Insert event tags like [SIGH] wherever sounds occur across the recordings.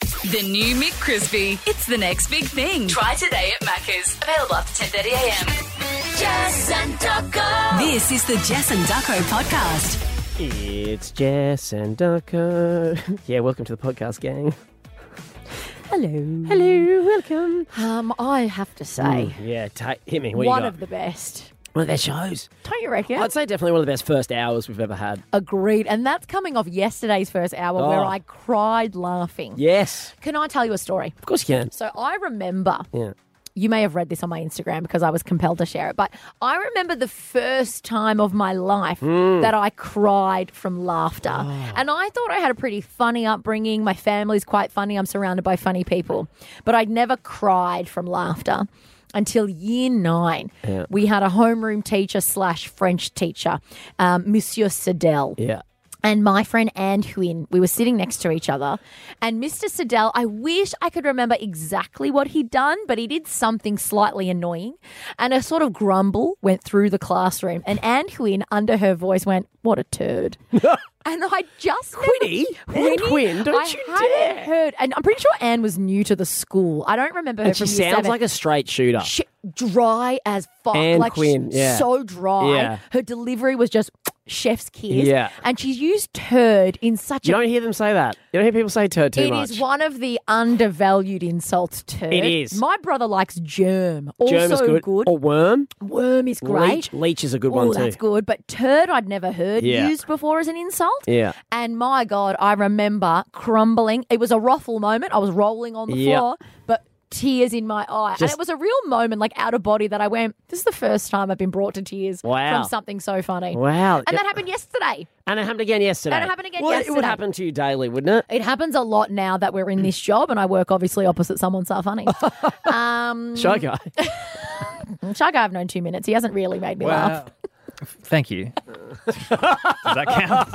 The new McCrispy. It's the next big thing. Try today at Macca's. Available after 10.30am. Jess and Ducko. This is the Jess and Ducko podcast. It's Jess and Darko. [LAUGHS] yeah, welcome to the podcast, gang. Hello. Mm. Hello, welcome. Um, I have to say, Yeah, ta hit me. What one you got? of the best. one of their shows. Don't you reckon? I'd say definitely one of the best first hours we've ever had. Oh. Agreed. And that's coming off yesterday's first hour where Oh. I cried laughing. Yes, Can I tell you a story? of course you can. So I remember, Yeah. you may have read this on my Instagram because I was compelled to share it, but I remember the first time of my life Hmm. that I cried from laughter. Ah. And I thought I had a pretty funny upbringing. My family's quite funny. I'm surrounded by funny people. But I'd never cried from laughter until year nine. We had a homeroom teacher slash French teacher, um, Monsieur Sedel Yeah. and my friend Anne Huyn, we were sitting next to each other. And Mr. Siddell, I wish I could remember exactly what he'd done, but he did something slightly annoying. And a sort of grumble went through the classroom. And Anne Huyn, under her voice, went, What a [LAUGHS] turd. and I just. Quinny? Anne Huyn, don't I you hadn't dare. heard. And I'm pretty sure Anne was new to the school. I don't remember her And she from year sounds seven like a straight shooter. shit dry as fuck. Anne like sh- Quinn, yeah. so dry. Yeah. Her delivery was just chef's kiss. Yeah. And she's used turd in such you a don't hear them say that. You don't hear people say turd too It is much. one of the undervalued insults turd. It is. My brother likes germ. Also Germ is good. Or worm. Worm is great. Leech. Leech is a good one Oh, too. that's good. But turd, I'd never heard Yeah. used before as an insult. Yeah. And my God, I remember crumbling. It was a ruffle moment. I was rolling on the Yeah. floor, but tears in my eye. and Just- it was a real moment, like out of body, that I went, This is the first time I've been brought to tears Wow. from something so funny. Wow. And that happened yesterday. And it happened again yesterday. And it happened again well, It would yesterday. happen to you daily, wouldn't it? It happens a lot now that we're in [CLEARS THROAT] this job, and I work obviously opposite someone so [LAUGHS] funny. um, Shy guy. [LAUGHS] Shug, I've known two minutes. He hasn't really made me laugh. Thank [LAUGHS] you. Does that [LAUGHS] count?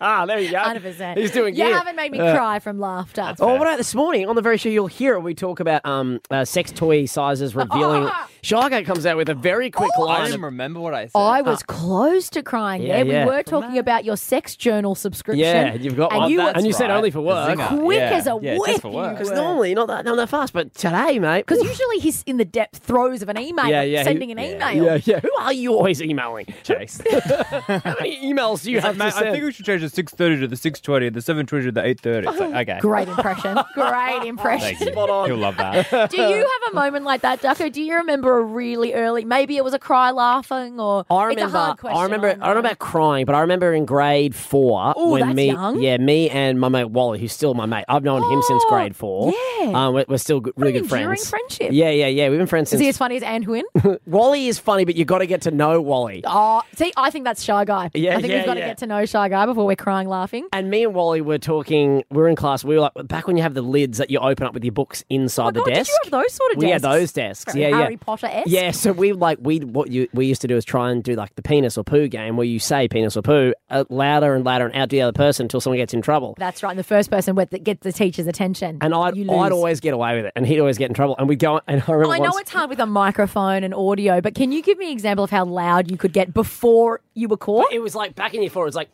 ah, there you go. 100%. He's doing You good. Uh, haven't made me cry from laughter. Oh, what about this morning on the very show? You'll hear it. We talk about um, uh, sex toy sizes revealing. [LAUGHS] Shargo comes out with a very quick I line. didn't remember what I said. I was close to crying there. Yeah, yeah. We were talking about your sex journal subscription. yeah, you've got and one. You and were you said right. only for work. [LAUGHS] Zinger. quick Yeah. as a Yeah, whip. just for work. you Because were. normally, not that, not that fast, but today, mate. Because usually he's in the depth throes of an email, Yeah, yeah, sending he- an yeah, email. Yeah, yeah. Who are you [LAUGHS] always emailing? Chase. How many emails do you have to Mate, I send? think we should change the 6.30 to the 6.20, the 7.20 to the 8.30. It's like, okay. Great impression. [LAUGHS] Great impression. Thank you. Spot on. He'll love that. Do you have a moment like that, Ducko? Do you remember a really early? Maybe it was a cry laughing, or I remember. It's a hard question, I remember. I don't know know. about crying, but I remember in grade four Ooh, when that's me, young. yeah, me and my mate Wally, who's still my mate. I've known him since Oh, grade four. yeah. um, we're, we're still good, really an good enduring friends. friendship. Yeah, yeah, yeah. We've been friends Is since. he as funny as Anne [LAUGHS] Huyn? Wally is funny, but you got to get to know Wally. oh, see, I think that's shy guy. I Yeah, think yeah, we've got to yeah. get to know shy guy before we're crying laughing. And me and Wally were talking. We were in class. We were like back when you have the lids that you open up with your books inside Oh my the God, did you desk. have those sort of We had desks? those desks. Very yeah, Harry yeah. Potter-esque. Yeah, so we like we what you we used to do is try and do like the penis or poo game where you say penis or poo uh, louder and louder and outdo the other person until someone gets in trouble. That's right. And the first person with that gets the teacher's attention, And I'd, you I'd lose. always get away with it, and he'd always get in trouble. And we'd go, and I remember I know once- it's hard with a microphone and audio, but can you give me an example of how loud you could get before you were caught? it was like back in year four, it was like,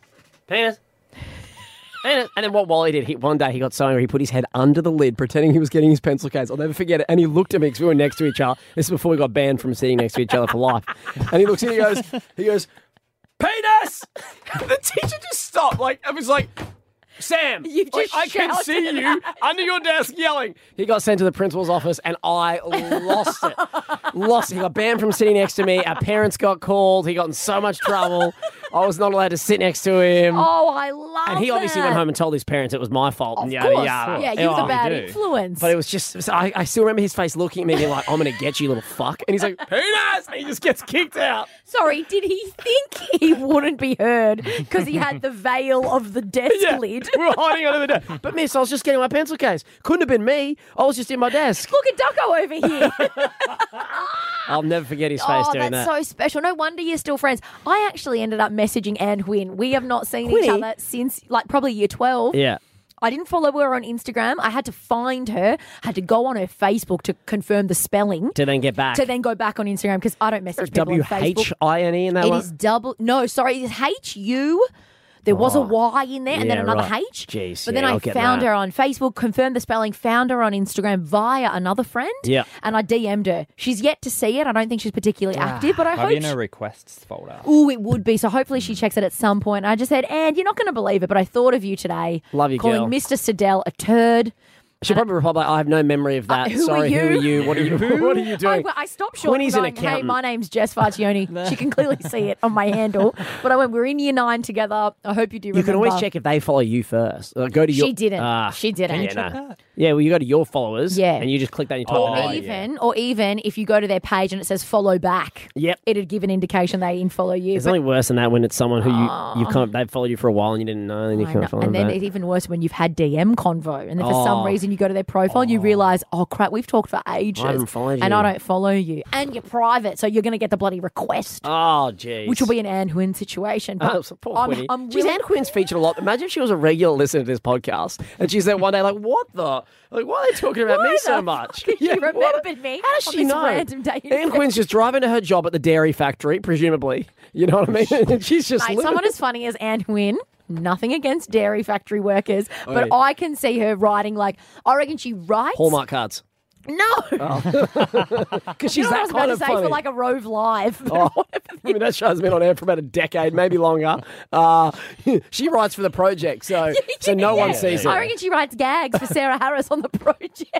penis. penis." And then what Wally did, he, one day he got so angry, he put his head under the lid, pretending he was getting his pencil case. I'll never forget it. And he looked at me because we were next to each other. This is before we got banned from sitting next to each other for life. And he looks at me and he goes, he goes, penis! [LAUGHS] the teacher just stopped. Like, I was like, Sam, You've like, just I can shouted see you under your desk yelling. He got sent to the principal's office and I lost it. lost it. He got banned from sitting next to me. Our parents got called. He got in so much trouble. I was not allowed to sit next to him. Oh, I love and he obviously that. went home and told his parents it was my fault. and Of yada, course. yada. Yeah, you were Oh, the bad do. influence. But it was just, so I, I still remember his face looking at me and being like, I'm going to get you, little fuck. And he's like, penis! And he just gets kicked out. Sorry, did he think he wouldn't be heard because he [LAUGHS] had the veil of the desk lid? We were hiding under the desk. But miss, I was just getting my pencil case. Couldn't have been me. I was just in my desk. Look at Ducko [LAUGHS] over here. I'll never forget his face oh, doing that's that. so special. No wonder you're still friends. I actually ended up messaging Anne Huyn. We have not seen each Quinny? other since like probably year 12. yeah. I didn't follow her on Instagram. I had to find her, had to go on her Facebook to confirm the spelling. To then get back. to then go back on Instagram because I don't message people W on Facebook. H I N E in that It one. is double. No, sorry, it's H U. There was a Right. Y in there and then Oh. Yeah, another right. H. Jeez, but yeah, then I I'll get found that. her on Facebook, confirmed the spelling, found her on Instagram via another friend. Yeah. Ah, And I DM'd her. She's yet to see it. I don't think she's particularly active, but I Have you hope. in she- a requests folder? Ooh, it would be. So hopefully she checks it at some point. I just said, and you're not going to believe it, but I thought of you today. Love you, Calling girl. Mr. Sedell a turd. She'll probably reply, by, I have no memory of that. Uh, who are Sorry, who are you?" you? What are you, what are you I, doing? I stopped short and Quinny's an going, hey, accountant." my name's Jess [LAUGHS] Fartioni. she can clearly see it on my handle. But I went, we're in year nine together. I hope you do you can always remember." check if they follow you first. Uh, go to your. She didn't. Ah, She didn't. Yeah, no. yeah, well, you go to your followers. Yeah. And you just click that and you type Or the name. Oh, even or even if you go to their page and it says follow back, Yep. it'd give an indication they in follow you. It's but- nothing worse than that when it's someone who you you can't they've followed you for a while and you didn't know and you I can't know. follow and them then back. it's even worse when you've had DM convo, and then for some Oh. reason you go to their profile and you realize, oh crap, we've talked for ages, haven't followed and I you. don't follow you, and you're private, so you're going to get the bloody request, Oh, jeez. which will be an Anne Huynh situation. [LAUGHS] Oh, But so poor I'm, Quinny. I'm she's willing- Anne Quinn's featured a lot. Imagine if she was a regular listener to this podcast and she's there one day like, what the? Like, why are they talking about Why me the so fuck much? [LAUGHS] did she what- remembered me How does on she this know? random day in Anne Quinn's just driving to her job at the dairy factory, presumably. You know what I mean? And [LAUGHS] she's just Mate, living- someone as funny as Anne Huynh. Nothing against dairy factory workers, but Oi. I can see her writing like I reckon she writes [LAUGHS] Hallmark cards. No, [LAUGHS] [LAUGHS] Because you know she's what I that was about kind to of say funny. for like a Rove Live. but Oh, [LAUGHS] I mean, that show's been on air for about a decade, [LAUGHS] maybe longer. Uh, [LAUGHS] she writes for the project, so [LAUGHS] so no one yeah. sees I it, reckon she writes gags for Sarah Harris on the project.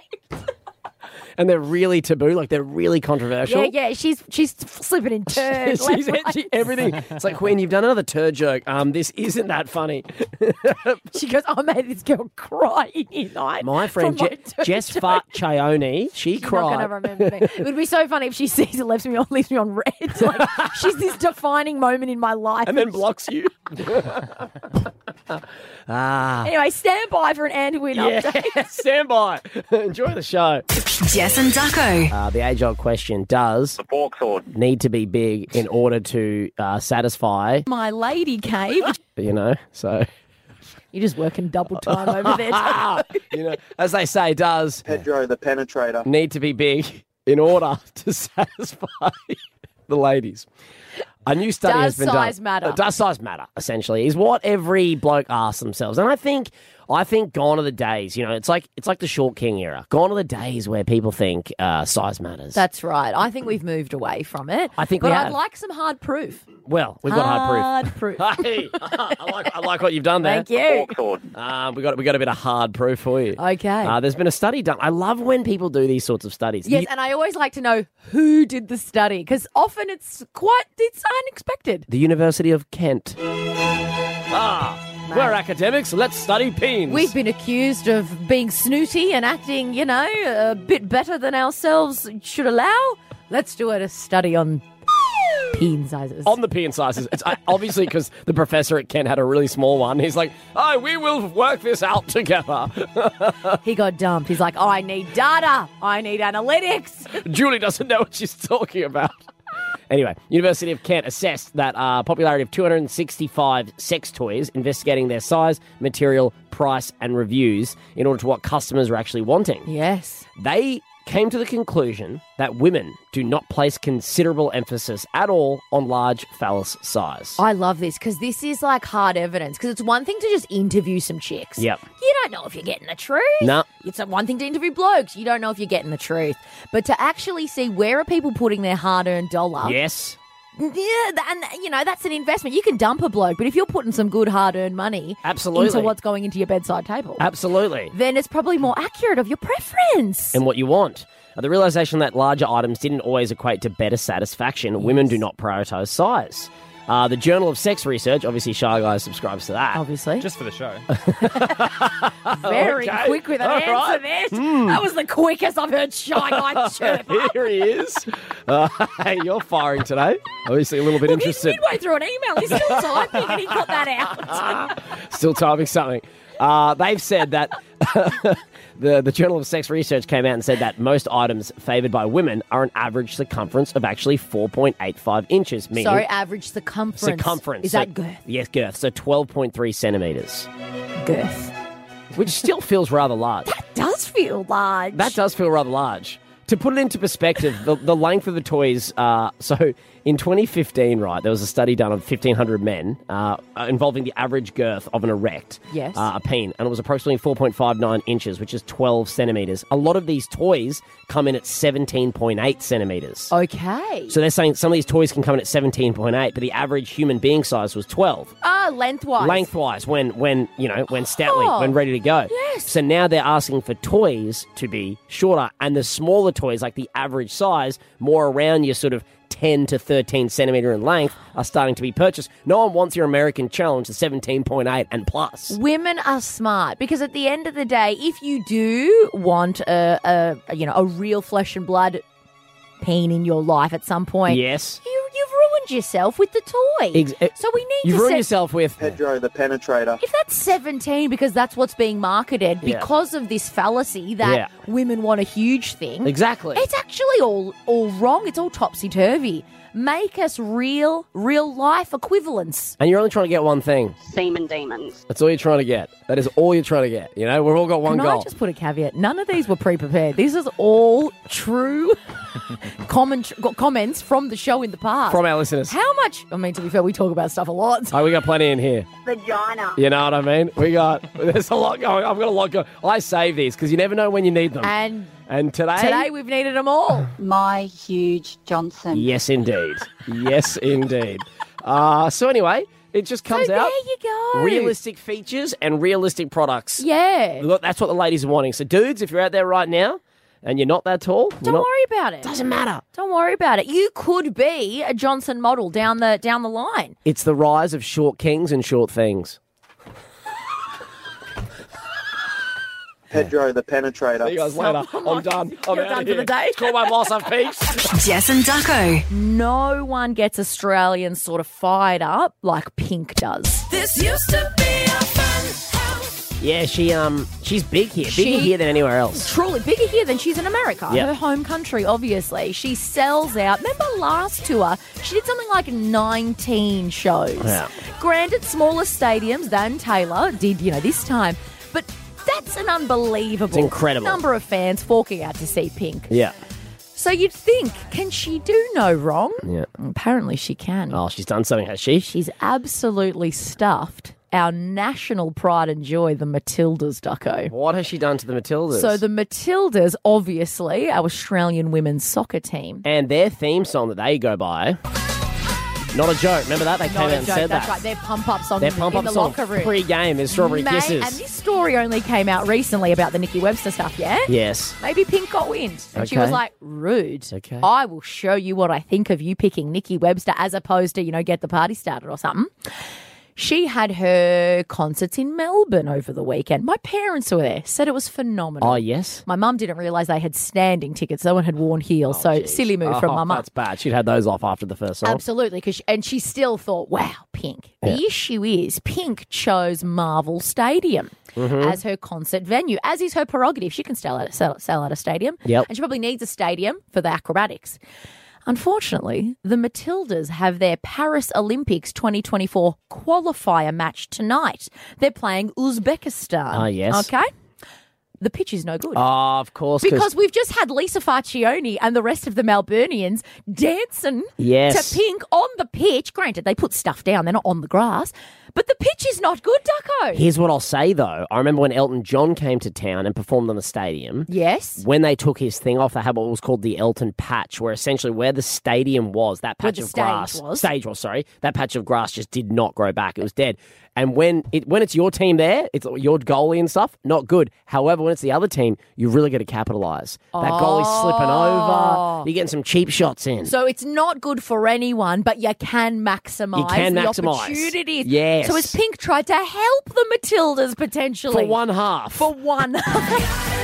and they're really taboo, like they're really controversial. Yeah, yeah, she's she's slipping in turns. [LAUGHS] She's left, right. she- everything. It's like Queen, you've done another turd joke. Um, this isn't that funny. [LAUGHS] She goes, I made this girl cry in night. [LAUGHS] My friend from Je- my Jess turd Fart Chione, she joke." Not cried. gonna remember me. It would be so funny if she [LAUGHS] sees it, leaves me on, leaves me on red. [LAUGHS] Like she's this defining moment in my life. and then blocks [LAUGHS] you. Anyway, stand by for an and win update. [LAUGHS] Yeah, stand by. Enjoy the show. Jess and Ducko. Uh, the age old question does fork sword. need to be big in order to uh, satisfy, My lady cave. you know? So, [LAUGHS] You're just working double time over there. ah, you know, as they say, does Pedro the penetrator. need to be big in order [LAUGHS] to satisfy the ladies. A new study Does has been size done. matter? Uh, Does size matter? Essentially, is what every bloke asks themselves. And I think, I think, gone are the days. You know, it's like it's like the short king era. Gone are the days where people think uh, size matters. That's right. I think we've moved away from it. I think but we I'd have. like some hard proof. well, we've got hard proof. proof. [LAUGHS] Hey, I like I like what you've done there. Ah. Thank you. sword. Uh, we got we got a bit of hard proof for you. Okay. Uh, there's been a study done. I love when people do these sorts of studies. Yes, You- and I always like to know who did the study because often it's quite it's unexpected. the University of Kent. Ah, we're academics. Let's study peens. We've been accused of being snooty and acting, you know, a bit better than ourselves should allow. Let's do a study on peen sizes. on the peen sizes. It's uh, obviously because the professor at Kent had a really small one. He's like, "Oh, we will work this out together." he got dumped. He's like, oh, I need data. I need analytics. Julie doesn't know what she's talking about. Anyway, University of Kent assessed that uh, popularity of 265 sex toys, investigating their size, material, price, and reviews in order to what customers are actually wanting. yes. They came to the conclusion that women do not place considerable emphasis at all on large phallus size. I love this because this is like hard evidence. Because it's one thing to just interview some chicks. Yep. You don't know if you're getting the truth. No. It's one thing to interview blokes. You don't know if you're getting the truth. But to actually see where are people putting their hard earned dollar. yes. Yeah. th- And, you know, that's an investment. You can dump a bloke, but if you're putting some good hard earned money Absolutely. into what's going into your bedside table, Absolutely. then it's probably more accurate of your preference. and what you want. Uh, The realization that larger items didn't always equate to better satisfaction. Women do not prioritize size. Uh, the Journal of Sex Research, obviously, Shy Guy subscribes to that. Obviously. Just for the show. very okay. quick with an All answer right. Hmm. there. That was the quickest I've heard [LAUGHS] Shy Guy chirp. [LAUGHS] Here he is. Uh, [LAUGHS] hey, you're firing today. Obviously, a little bit He's interested. midway through an email. He's still typing and he got that [LAUGHS] out. Still typing something. Uh, they've said that [LAUGHS] the, the Journal of Sex Research came out and said that most items favored by women are an average circumference of actually 4.85 inches. Meaning Sorry, average circumference. circumference. Is So- that girth? Yes, girth. So 12.3 centimeters, Girth. which still feels rather large. Does feel large. That does feel rather large. to put it into perspective, the, the length of the toys. Uh, so in 2015, right, there was a study done on 1,500 men uh, involving the average girth of an erect, Yes. uh, a peen, and it was approximately 4.59 inches, which is 12 centimeters. A lot of these toys come in at 17.8 centimeters. Oh. Okay. So they're saying some of these toys can come in at 17.8, but the average human being size was 12 Ah, lengthwise. lengthwise when when you know when stoutly Oh, when ready to go. Yes. So now they're asking for toys to be shorter and the smaller toys like the average size more around your sort of 10 to 13 centimeter in length are starting to be purchased. No one wants your American challenge to 17.8 and plus. Women are smart because at the end of the day, if you do want a, a- a you know a real flesh and blood pain in your life at some point, Yes. you you've ruined yourself with the toy. Ex- eh, so we need You've to ruined set- yourself with Pedro the Penetrator. If that's 17 because that's what's being marketed Yeah. because of this fallacy that Yeah. women want a huge thing. Exactly. It's actually all all wrong. It's all topsy turvy. Make us real real life equivalents. and you're only trying to get one thing. Semen demons. That's all you're trying to get. That is all you're trying to get. You know, we've all got one Can goal. I just put a caveat? None of these were pre-prepared. This is all [LAUGHS] true comment comments from the show in the past. From our listeners. How much? I mean, to be fair, we talk about stuff a lot. Oh, we got plenty in here. Vagina. You know what I mean? We got, [LAUGHS] there's a lot going. I've got a lot going. I save these because you never know when you need them. And And today, today we've needed them all. My huge Johnson. yes, indeed, yes, indeed. Uh, so anyway, it just comes so out Oh, there you go. realistic features and realistic products. Yeah. Look, that's what the ladies are wanting. So, dudes, if you're out there right now and you're not that tall, you're Don't not- worry about it. Doesn't matter. Don't worry about it. You could be a Johnson model down the down the line. It's the rise of short kings and short things. Pedro the Penetrator. See you guys later. I'm done. [LAUGHS] I'm You're out done for here. the day. Call my [LAUGHS] boss. I've peaked. Jess and Ducko. No one gets Australians sort of fired up like Pink does. This used to be a fun house. Yeah, she um, she's big here, bigger She- here than anywhere else. Truly bigger here than she's in America, Yeah. her home country, obviously. She sells out. Remember last tour, she did something like 19 shows. Yeah. Granted, smaller stadiums than Taylor did, you know, this time, but that's an unbelievable It's incredible. number of fans forking out to see Pink. Yeah, So you'd think, can she do no wrong? yeah. Apparently she can. Oh, she's done something, has she? She's absolutely stuffed our national pride and joy, the Matildas, Ducko. What has she done to the Matildas? So the Matildas, obviously, our Australian women's soccer team. and their theme song that they go by. Not a joke. Remember that they came out Not a and joke, said that's that. right. Their pump up song Their in the- pump in up the song locker room. pre-game is Strawberry May- Kisses. And this story only came out recently about the Nikki Webster stuff, yeah? yes. Maybe Pink got wind. And she Okay. was like, rude. Okay. I will show you what I think of you picking Nikki Webster as opposed to, you know, get the party started or something. She had her concerts in Melbourne over the weekend. My parents were there, said it was phenomenal. Oh yes. My mum didn't realise they had standing tickets. No one had worn heels. so silly move from Oh, my mum. That's bad. She'd had those off after the first song. Absolutely, because and she still thought, "Wow, Pink." The issue is, Pink chose Marvel Stadium Mm-hmm. as her concert venue, as is her prerogative. She can sell out, sell, sell out a stadium, Yep. and she probably needs a stadium for the acrobatics. Unfortunately, the Matildas have their Paris Olympics 2024 qualifier match tonight. They're playing Uzbekistan. Ah, yes. Okay. The pitch is no good. Ah, of course. 'cause- Because we've just had Lisa Farcione and the rest of the Melburnians dancing Yes. to Pink on the pitch. Granted, they put stuff down, they're not on the grass, but the pitch is not good, Ducko. here's what I'll say though. I remember when Elton John came to town and performed on the stadium. yes. When they took his thing off, they had what was called the Elton patch, where essentially where the stadium was, that Where patch the of stage grass, was. stage was sorry, that patch of grass just did not grow back. It was dead. And when it when it's your team there, it's your goalie and stuff, not good. However, when it's the other team, you really got to capitalise. That goalie's slipping over. You're getting some cheap shots in. Oh. So it's not good for anyone, but you can maximise You can the maximise. opportunities. Yes. So as Pink tried to help the Matildas potentially for one half. For one. [LAUGHS]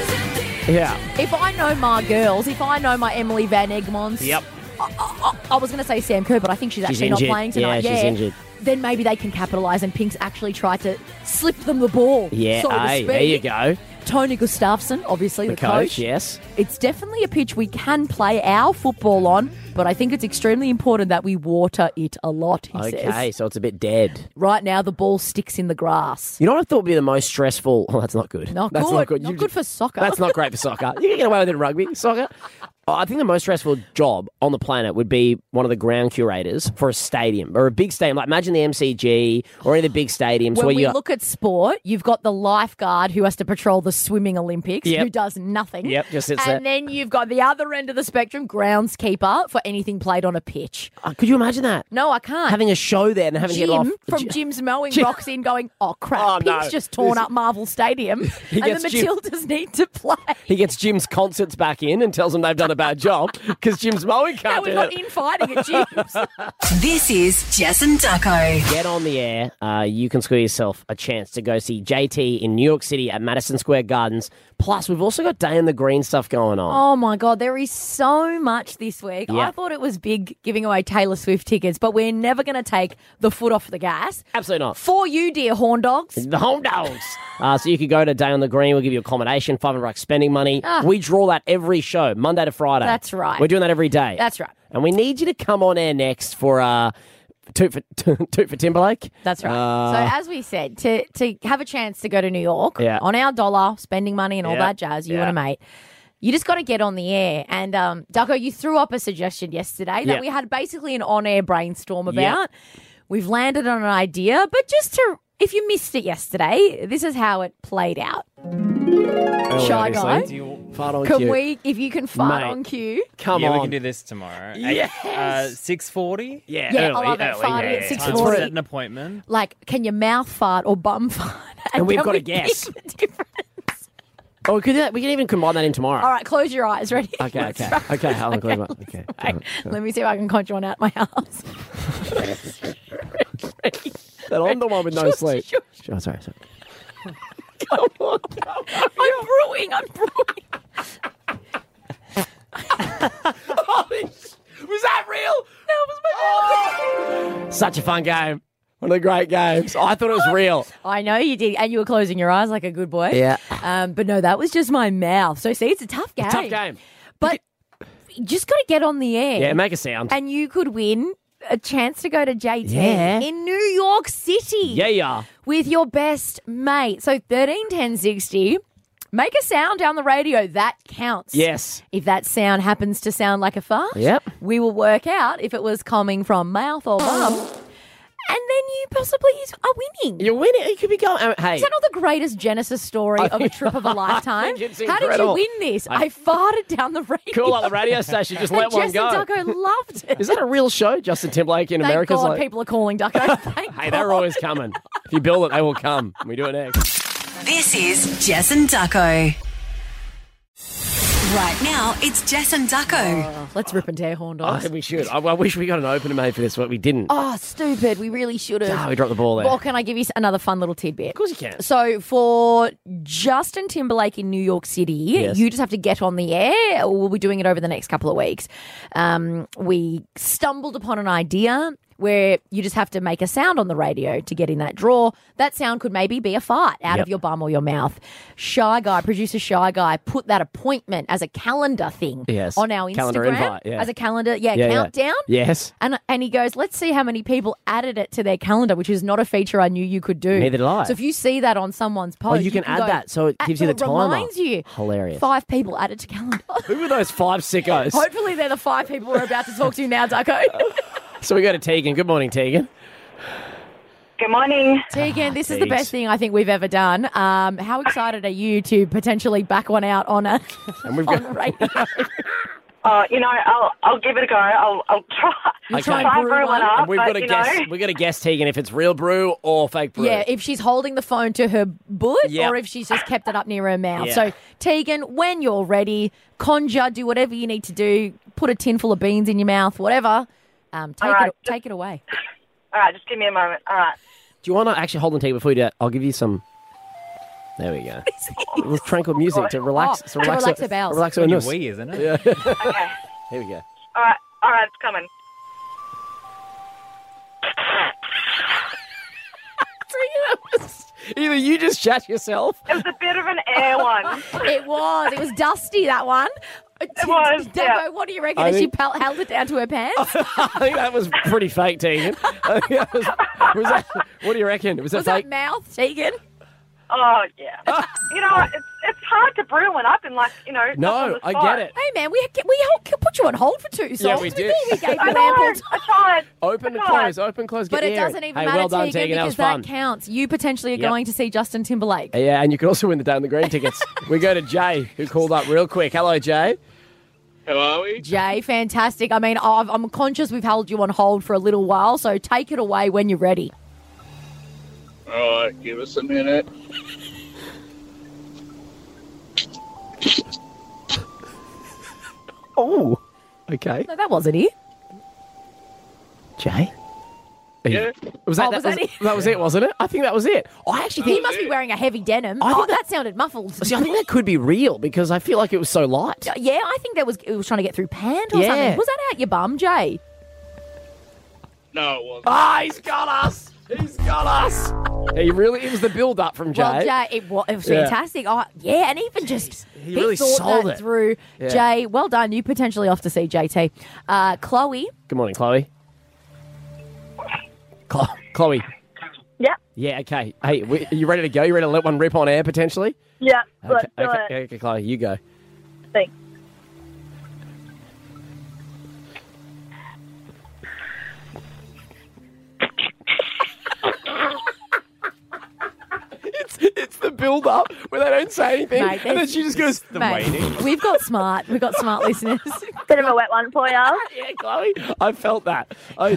yeah. if I know my girls, if I know my Emily Van Egmonds, Yep. I was going to say Sam Kerr, but I think she's actually injured. not playing tonight. Yeah, she's injured. Then maybe they can capitalise and Pink's actually tried to slip them the ball. Yeah. so to aye, speak. there you go. Tony Gustafsson, obviously the, The coach, yes. It's definitely a pitch we can play our football on, but I think it's extremely important that we water it a lot, he Okay, says. so it's a bit dead. Right now, the ball sticks in the grass. You know what I thought would be the most stressful? [LAUGHS] Oh, that's not good. Not that's good. Not good. Not You- good for soccer. That's not great for soccer. You can get away with it in rugby. Soccer. I think the most stressful job on the planet would be one of the ground curators for a stadium or a big stadium. Like imagine the MCG or any of the big stadiums When where we you look at sport, you've got the lifeguard who has to patrol the swimming Olympics, Yep. who does nothing. Yep, just sits and then you've got the other end of the spectrum, groundskeeper for anything played on a pitch. Uh, could you imagine that No, I can't. having a show there and having to Jim get off from Jim's mowing Jim- rocks in, going, "Oh crap, Oh, no. Pink's just torn up Marvel [LAUGHS] Stadium, and the gets Jim- Matildas need to [LAUGHS] play." [LAUGHS] He gets Jim's concerts back in and tells them they've done a bad job because Jim's mowing No, can't we're do not it. infighting [LAUGHS] at Jim's. This is Jess and Ducko. Get on the air. Uh, you can score yourself a chance to go see JT in New York City at Madison Square Gardens. Plus, we've also got Day in the Green stuff going on. Oh my God, there is so much this week. Yeah. I thought it was big giving away Taylor Swift tickets, but we're never going to take the foot off the gas. Absolutely not. For you, dear horn dogs. The home dogs. Uh, so you could go to Day on the Green. We'll give you accommodation, five hundred bucks spending money. We draw that every show, Monday to Friday. Ah. That's right. We're doing that every day. That's right. And we need you to come on air next for uh, toot for [LAUGHS] toot for Timberlake. That's right. Uh, so, as we said, to, to have a chance to go to New York Yeah. on our dollar, spending money and all Yeah. that jazz, you Yeah. and a mate, you just got to get on the air. And, um, Ducko, you threw up a suggestion yesterday that Yeah. we had basically an on air brainstorm about. Yeah. We've landed on an idea, but just to, if you missed it yesterday, this is how it played out. Oh, Shy guy. Fart on Can cue. we, if you can fart Mate. on cue? Come yeah, on. we can do this tomorrow. Yes. Uh, six forty. yeah. Yeah, I love it. Friday at Time 6:40. to set an appointment. Like, can you mouth fart or bum [LAUGHS] fart? And we've then gotta we guess. pick [LAUGHS] the difference. Oh, we could do that. We can even combine that in tomorrow. All right, close your eyes. Ready? Okay, okay, okay. I'll include one. Okay. Let me see if I can conjure one out my house. Then I'm the [LAUGHS] one with no Shush, sleep. shush. Oh, sorry, sorry. I'm brewing. I'm brewing. [LAUGHS] Was that real? That was my Such a fun game. One of the great games. I thought it was real. I know you did, and you were closing your eyes like a good boy. Yeah. Um, but no, that was just my mouth. So see, it's a tough game. Tough game. But you just got to get on the air. Yeah, make a sound. and you could win a chance to go to JT Yeah. in New York City. Yeah, yeah. with your best mate. So thirteen ten sixty. Make a sound down the radio. That counts. Yes. If that sound happens to sound like a fart, Yep. we will work out if it was coming from mouth or bum. And then you possibly are winning. You're winning. You could be going. um, hey. Is that not the greatest Genesis story of a trip [LAUGHS] of a lifetime? think it's How did you incredible. win this? I, farted down the radio. [LAUGHS] Cool like the radio station. Just let and Jess one go. and [LAUGHS] Ducko loved it. Is that a real show? Justin Timberlake in Thank America's God like. people are calling [LAUGHS] Ducko. Thank Hey, God. they're always coming. If you build it, they will come. We do it next. This is Jess and Ducko. Right now, it's Jess and Ducko. Let's rip and tear horn dogs. I, [LAUGHS] we should. I, I wish we got an opener made for this, but we didn't. Oh, Oh, stupid. We really should have. we dropped the ball there. Well, Of can I give you s- another fun little tidbit? course you can. So for Justin Timberlake in New York City, Yes. you just have to get on the air. We'll be doing it over the next couple of weeks. Um, we stumbled upon an idea where you just have to make a sound on the radio to get in that draw. That sound could maybe be a fart out Yep. of your bum or your mouth. Shy Guy, producer Shy Guy, put that appointment as a calendar thing Yes. on our Instagram Calendar invite, yeah. as a calendar, yeah, Yeah, yeah. countdown. Yes. And, and he goes, let's see how many people added it to their calendar, which is not a feature I knew you could do. Neither did I. So if you see that on someone's post, Oh, you can add go, that, so it "Ah," gives you so the timer. It reminds you. Hilarious. Five people added to calendar. [LAUGHS] Who were those five sickos? Hopefully they're the five people we're about to talk to now, [LAUGHS] Ducko. So we go to Tegan. Good morning, Tegan. Good morning. Tegan, this is the Thanks. best thing I think we've ever done. Um, how excited are you to potentially back one out on a And we've [LAUGHS] on got. radio? Uh, you know, I'll I'll give it a go. I'll I'll try. Okay. try and try and brew brew one. one up. And uh, we've got but, to you guess. Know, We've got to guess, Tegan, if it's real brew or fake brew. Yeah, if she's holding the phone to her butt Yeah. or if she's just kept it up near her mouth. Yeah. So, Tegan, when you're ready, conjure, do whatever you need to do, put a tin full of beans in your mouth, whatever. Um, take, right. it, take it away. all right, just give me a moment. All right. Do you want to actually hold on, Tegan, before you do that? I'll give you some. There we go. With tranquil music to relax. Oh, to relax, to relax her- her bowels. Relax her On your nose. Wii, isn't it? Okay. Here we go. all right. All right. It's coming. Either you just chat yourself. [LAUGHS] It was a bit of an air one. It was. It was dusty, that one. It was, yeah. what do you reckon? I Has she think- pal- held it down to her [LAUGHS] pants? I think that was pretty fake, Tegan. I think that was, was that, what do you reckon? Was that Was fake? that mouth, Tegan? Oh yeah. [LAUGHS] you know, it's it's hard to brew when I've been like, you know. No, up on the I spot. get it. Hey man, we we hold- put you on hold for two songs. Yeah, we did. We gave you I ample know. time. I tried. [LAUGHS] Open and Come on. close, open, close. Get But it airy. doesn't even hey, matter well done, to you Tegan. That was because fun. that counts. You potentially are Yep. going to see Justin Timberlake. Yeah, and you can also win the Down the [LAUGHS] Green tickets. we go to Jay, who called up real quick. Hello, Jay. How are we? Jay, fantastic. I mean, I've, I'm conscious we've held you on hold for a little while, so take it away when you're ready. All right, give us a minute. Oh, okay. No, that wasn't it. Jay? Yeah. Was that, Oh, was that, that was, it? that was it, wasn't it? I think that was it. I actually He think. must be wearing a heavy denim. I Oh, think that, sounded muffled. See, I think that could be real because I feel like it was so light. [LAUGHS] yeah, I think that was it was trying to get through pant or Yeah. something. Was that out your bum, Jay? No, it wasn't. Ah, he's got us. He's got us. He really. It was the build-up from Jay. Well, Jay, it was, it was Yeah. fantastic. Oh, yeah, and even just he really thought sold that it. through. Yeah. Jay, well done. You potentially off to see JT. Uh, Chloe, Good morning, Chloe. Chlo- Chloe. Yeah. Yeah. Okay. Hey, w- are you ready to go? You ready to let one rip on air potentially? Yeah. Let's do it. okay, okay, okay, Chloe, you go. Thanks. It's [LAUGHS] it's the build up where they don't say anything, Mate, and then there's- she just goes. [LAUGHS] mate, we've got smart. We've got [LAUGHS] smart listeners. [LAUGHS] Bit of a wet one for you. Yeah, Chloe. I felt that. I,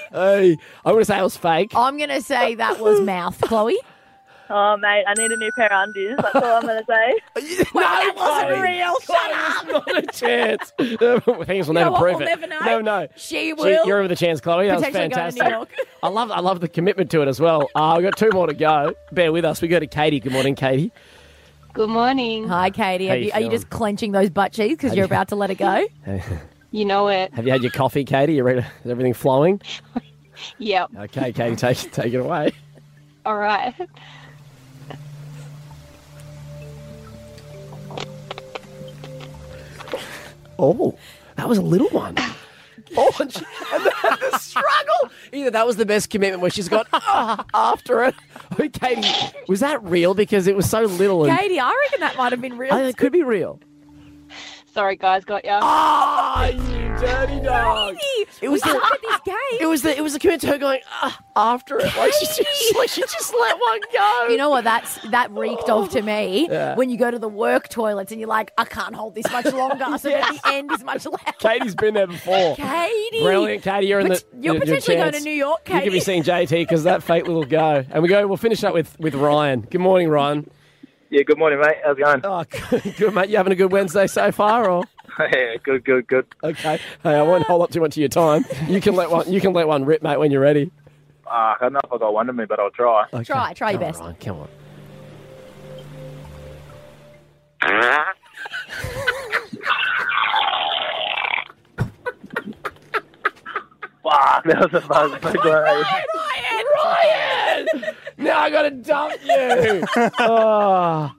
[LAUGHS] hey, I want to say it was fake. I'm going to say that was mouth, Chloe. Oh mate, I need a new pair of undies. That's all I'm gonna [LAUGHS] say. no, it wasn't real. Shut up. Not a [LAUGHS] chance. [LAUGHS] Things will never what? prove We'll it. never know. No, no. She Gee, will. You're in with a chance, Chloe. That was Potentially going to fantastic. New York. [LAUGHS] I love, I love the commitment to it as well. Uh, we've got two more to go. Bear with us. We go to Katie. Good morning, Katie. Good morning. Hi, Katie. How Are you, are you you feeling? just clenching those butt cheeks because you're about to let it go? [LAUGHS] You know it. Have you had your coffee, Katie? You ready? Is everything flowing? Yep. Okay, Katie, take take it away. All right. [LAUGHS] Oh, that was a little one. [LAUGHS] Oh, and, she, and the, and the struggle. Either that was the best commitment where she's gone "Ah," after it. [LAUGHS] Oh, Katie, was that real? Because it was so little. And, Katie, I reckon that might have been real. I, it could be real. Sorry, guys. Got ya. Oh. Ah, you dirty dog. It was we the, suck at this game. it was the it was the commitment to her going ah, after it. Like she just like she just let one go. You know what? That's that reeked of to [LAUGHS] me when you go to the work toilets and you're like, I can't hold this much longer, so [LAUGHS] that the end is much louder. Katie's been there before. Katie, Brilliant, Katie. You're in Pot- the. you're your- your potentially going chance. to New York, You could be Katie. [LAUGHS] seeing JT because that fake little go. And we go. We'll finish up with with Ryan. Good morning, Ryan. Yeah, good morning, mate. How's it going? Oh, [LAUGHS] good mate. You having a good Wednesday so far, or [LAUGHS] yeah, good, good, good. okay? Hey, I won't hold up too much of your time. You can let one. You can let one rip, mate, when you're ready. Ah, I don't know if I got one of me, but I'll try. Okay. Try- try your Come on, best. Ryan, come on. Fuck, that was a fun so great. Ryan! now I gotta dump [LAUGHS] you. oh.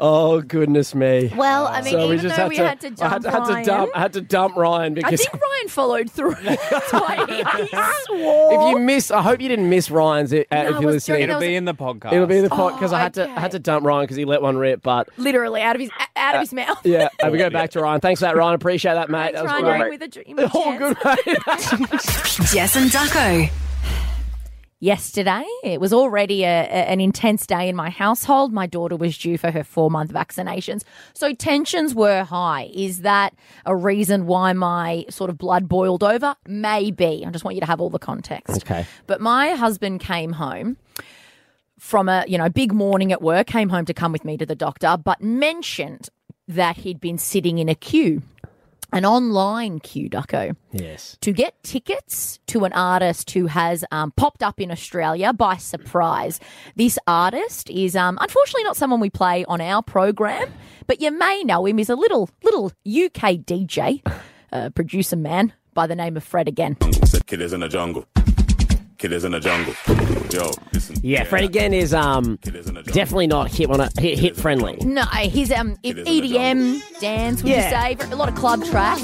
Oh, goodness me. Well, I mean, even though we had to I jump had, I had to Ryan, dump. I had to dump Ryan I because think Ryan followed [LAUGHS] through. [LAUGHS] That's why he if swore. you miss, I hope you didn't miss Ryan's. Uh, it if was you're listening, during- It'll be in the podcast. it'll be in the pot because I had to. I okay. had to dump Ryan because he let one rip. But literally out of his out Uh, of his mouth. [LAUGHS] yeah, and we go back to Ryan. Thanks for that, Ryan. Appreciate that, mate. Thanks, that was Ryan, great. you're in with a dream. [LAUGHS] with a All chance. good, [LAUGHS] mate. Jess and Ducko. yesterday. It was already a, a- an intense day in my household. My daughter was due for her four month vaccinations. So tensions were high. Is that a reason why my sort of blood boiled over? Maybe. I just want you to have all the context. Okay. But my husband came home from a you know big morning at work came home to come with me to the doctor but mentioned that he'd been sitting in a queue an online queue ducko yes. to get tickets to an artist who has um, popped up in Australia by surprise. This artist is um, unfortunately not someone we play on our program, but you may know him. He's a little little UK DJ, uh, producer man by the name of Fred again. Kid is in the jungle. Kid is in the jungle. Yo, listen. Yeah, Fred again is um Kid is in the jungle. definitely not hit on a hit, hit friendly. No, he's um is in the EDM dance. Would you say a lot of club track?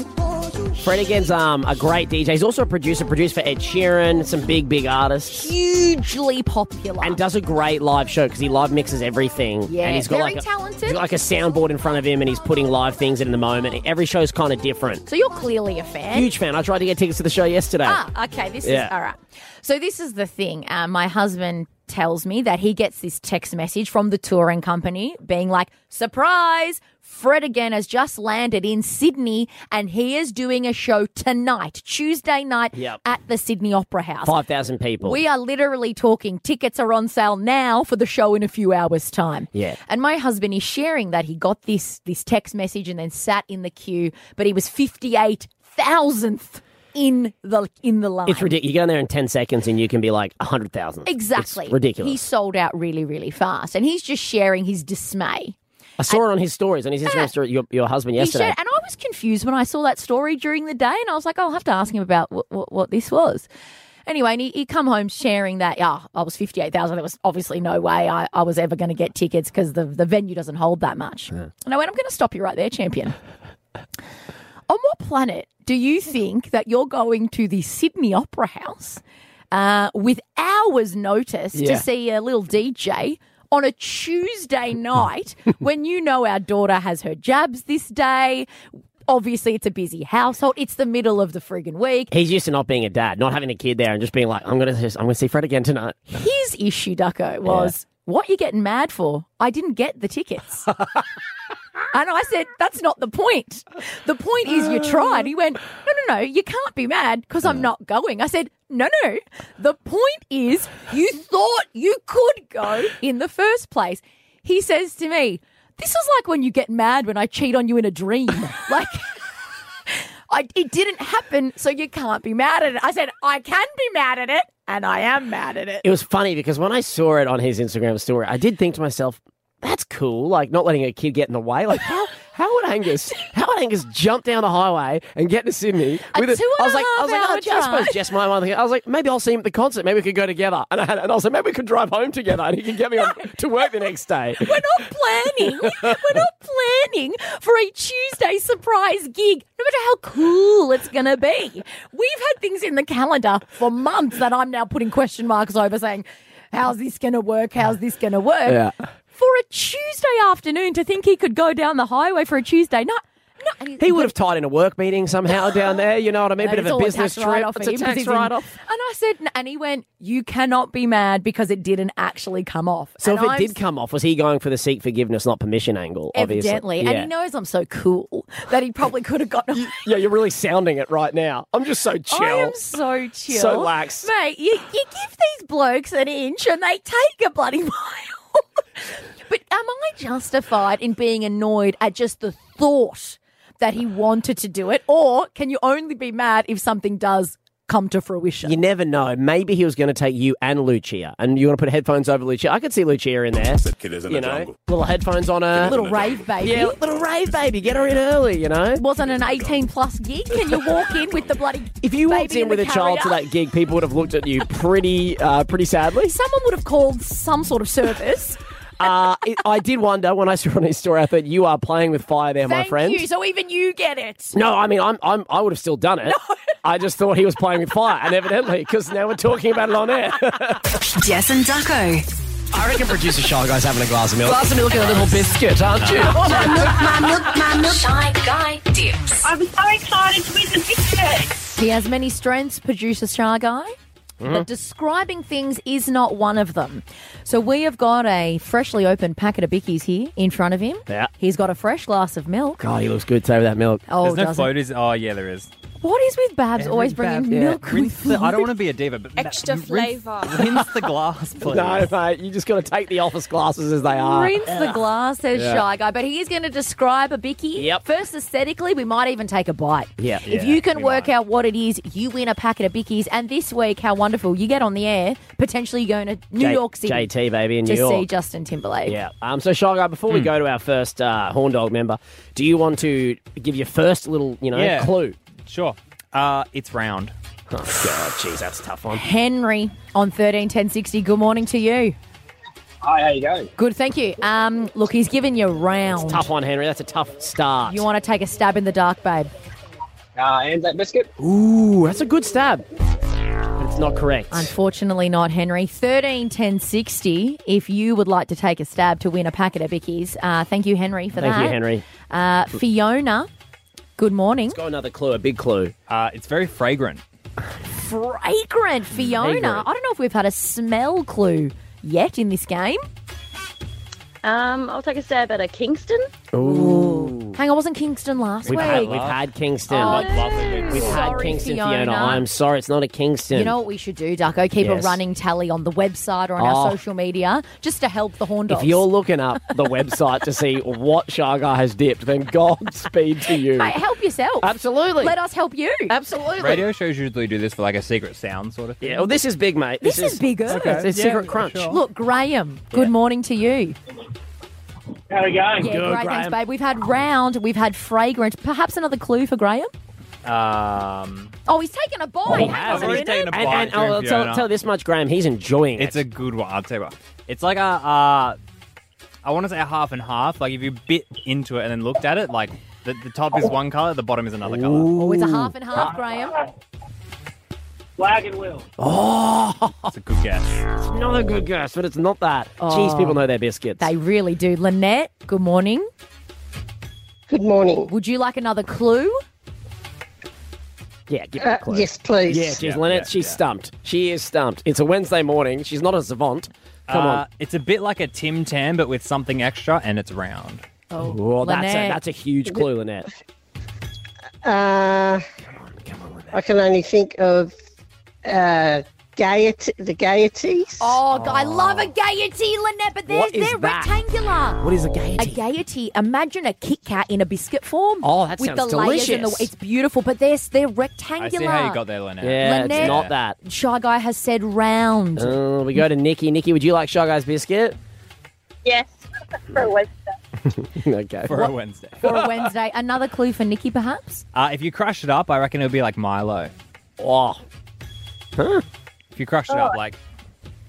Fredigan's um, a great DJ. He's also a producer, produced for Ed Sheeran, some big, big artists. Hugely popular. And does a great live show because he live mixes everything. Yeah, and he's got very like a, talented. he's got like a soundboard in front of him, and he's putting live things in the moment. Every show's kind of different. So you're clearly a fan. Huge fan. I tried to get tickets to the show yesterday. Ah, okay. This Yeah. is all right. So this is the thing. Uh, my husband tells me that he gets this text message from the touring company being like, "Surprise! Fred again has just landed in Sydney, and he is doing a show tonight, Tuesday night, Yep. at the Sydney Opera House." Five thousand people. We are literally talking tickets are on sale now for the show in a few hours' time. Yeah. And my husband is sharing that he got this this text message and then sat in the queue, but he was 58,000th in the in the line. It's ridiculous. You go in there in ten seconds, and you can be like hundred thousand. Exactly. It's ridiculous. He sold out really really fast and he's just sharing his dismay. I saw it on his stories, on his Instagram story. Your, your husband yesterday. Ah. He shared, and I was confused when I saw that story during the day, and I was like, I'll have to ask him about what, what, what this was. Anyway, and he, he come home sharing that, yeah, I was 58,000. There was obviously no way I, I was ever going to get tickets because the, the venue doesn't hold that much. And I went, I'm going to stop you right there, champion. On what planet do you think that you're going to the Sydney Opera House uh, with hours' notice Yeah. to see a little DJ on a Tuesday night when you know our daughter has her jabs this day? Obviously, it's a busy household. It's the middle of the friggin' week. He's used to not being a dad, not having a kid there, and just being like, "I'm gonna, just, I'm gonna see Fred again tonight." His issue, Ducko, was what you getting mad for? I didn't get the tickets. and I said, that's not the point. The point is you tried. He went, no, no, no, you can't be mad because I'm not going. I said, no, no. The point is you thought you could go in the first place. He says to me, this is like when you get mad when I cheat on you in a dream. Like, I, it didn't happen, so you can't be mad at it. I said, I can be mad at it, and I am mad at it. It was funny because when I saw it on his Instagram story, I did think to myself, "That's cool." Like not letting a kid get in the way. Like how, how would Angus, how would Angus jump down the highway and get to Sydney A with it? two I and was a like, I was like, half oh, hour Jess, I suppose drive." Jess might want to. I was like, maybe I'll see him at the concert. Maybe we could go together. And I had, and I was like, maybe we could drive home together, and he can get me on, to work the next day. We're not planning. We're not planning for a Tuesday surprise gig, no matter how cool it's going to be. We've had things in the calendar for months that I'm now putting question marks over saying, how's this going to work? How's this going to work? Yeah. For a Tuesday afternoon to think he could go down the highway for a Tuesday night. He would have tied in a work meeting somehow down there. You know what I mean? No, Bit of it's a all business tax trip. write-off It's for a him 'cause tax he's in- write-off. And I said, and he went, you cannot be mad because it didn't actually come off. So And if it I'm did come off, was he going for the seek forgiveness, not permission angle? Obviously, Evidently. Yeah. And he knows I'm so cool that he probably could have [LAUGHS] gotten away. yeah, you're really sounding it right now. I'm just so [LAUGHS] chill. I am so chill. So lax. Mate, you, you give these blokes an inch and they take a bloody [LAUGHS] mile. but am I justified in being annoyed at just the thought that he wanted to do it? Or can you only be mad if something does come to fruition? You never know. Maybe he was going to take you and Lucia, and you want to put headphones over Lucia. I could see Lucia in there. kid is in you the know, jungle. little headphones on her. Little [LAUGHS] rave baby. Yeah, little rave baby. Get her in early, you know? Wasn't an 18 plus gig? Can you walk in with the bloody. If you baby walked in the with a child to carrier? that gig, people would have looked at you pretty, uh, [LAUGHS] pretty sadly. Someone would have called some sort of service. Uh, it, I did wonder when I saw it on his story. I thought you are playing with fire, there, my Thank friend. you. So even you get it. No, I mean, I'm, I'm, I would have still done it. I just thought he was playing with fire, and evidently, because now we're talking about it on [LAUGHS] air. Jess and Ducko. I reckon producer Shy Guy's having a glass of milk. Glass of milk and a little biscuit, aren't [LAUGHS] you? My milk, my milk, my milk. Shy guy dips. I'm so excited to win the ticket. He has many strengths, producer Shy Guy, Mm-hmm. but describing things is not one of them. So we have got a freshly opened packet of Bickies here in front of him. Yeah. He's got a fresh glass of milk. God, Oh, he looks good over that milk. Oh, There's no doesn't- floaters. Oh, yeah, there is. What is with Babs always bringing milk? Rinse the, I don't want to be a diva, but Extra flavour. rinse the glass, [LAUGHS] please. No, mate, you just got to take the office glasses as they [LAUGHS] are. Rinse the glass, says Ah. Yeah. Shy Guy. But he is going to describe a Bicky. Yep. First, aesthetically, we might even take a bite. Yeah. If you can work out what it is, you win a packet of Bickies. And this week, how wonderful, you get on the air, potentially going to New J- York City. JT, baby, in to New York. see Justin Timberlake. Yeah. Um, so, Shy Guy, before we go to our first uh, Horn Dog member, do you want to give your first little, you know, Yeah. clue? Sure. Uh, it's round. Oh, God, jeez, that's a tough one. Henry on 131060. Good morning to you. Hi, how you going? Good, thank you. Um, look, he's given you round. Tough one, Henry. That's a tough start. You want to take a stab in the dark, babe? Uh, Anzac biscuit. Ooh, that's a good stab. But it's not correct. Unfortunately, not Henry. 13 10 60 if you would like to take a stab to win a packet of Vickies. Uh, thank you, Henry, for Thank that. you, Henry. Uh, Fiona, good morning. Got another clue, a big clue. Uh, it's very fragrant. Fragrant Fiona. Fragrant. I don't know if we've had a smell clue yet in this game. Um, I'll take a stab at a Kingston. Ooh. Hang on, wasn't Kingston last We've week? had, we've had Kingston. Oh, We've had sorry, Kingston, Fiona. Fiona. I'm sorry, it's not a Kingston. You know what we should do, Ducko? Keep Yes. a running tally on the website or on Oh. our social media just to help the horn dogs. if you're looking up the website to see what Shargar has dipped, then Godspeed to you. Mate, help yourself. Absolutely. Let us help you. Absolutely. Radio shows usually do this for like a secret sound sort of thing. Yeah, well, this is big, mate. This, is, bigger. Okay. It's a secret crunch. Look, Graham, good morning to you. How are you going? Yeah, great. Thanks, babe. We've had round, we've had fragrant. Perhaps another clue for Graham? Um, Oh, he's taken a bite. Hang on a already minute. taken a And, bite and I'll too, tell, Fiona. tell this much, Graham, he's enjoying it. It's a good one. I'll tell you what. It's like a, uh, I want to say a half and half. Like if you bit into it and then looked at it, like the, the top Oh. is one color, the bottom is another color. Oh, it's a half and half, Graham. Flag and will. Oh, it's a good guess. It's not a good guess, but it's not that. Jeez, Oh. people know their biscuits. They really do. Lynette, good morning. Good morning. Would you like another clue? Yeah, give Uh, her a clue. yes, please. Yeah, she's Yeah, Lynette. yeah, she's stumped. She is stumped. It's a Wednesday morning. She's not a savant. Come Uh, on. It's a bit like a Tim Tam, but with something extra, and it's round. Oh, Oh, that's a, Lynette. that's a huge clue, Lynette. Uh, I can only think of uh, gaiety, the gaieties. Oh, God, I love a gaiety, Lynette, but they're, What is they're that? rectangular. What is a gaiety? A gaiety. Imagine a Kit Kat in a biscuit form. Oh, that with sounds the layers and the delicious. It's beautiful, but they're, they're I rectangular. see how you got there, Lynette. Yeah, Lynette. it's not that. Shy Guy has said round. Uh, we go to Nikki. Nikki, would you like Shy [LAUGHS] Guy's biscuit? Yes. For a Wednesday. [LAUGHS] okay. For a Wednesday. for a Wednesday. Another clue for Nikki, perhaps? Uh, if you crush it up, I reckon it'll be like Milo. Oh. Huh? If you crush it Oh. up, like.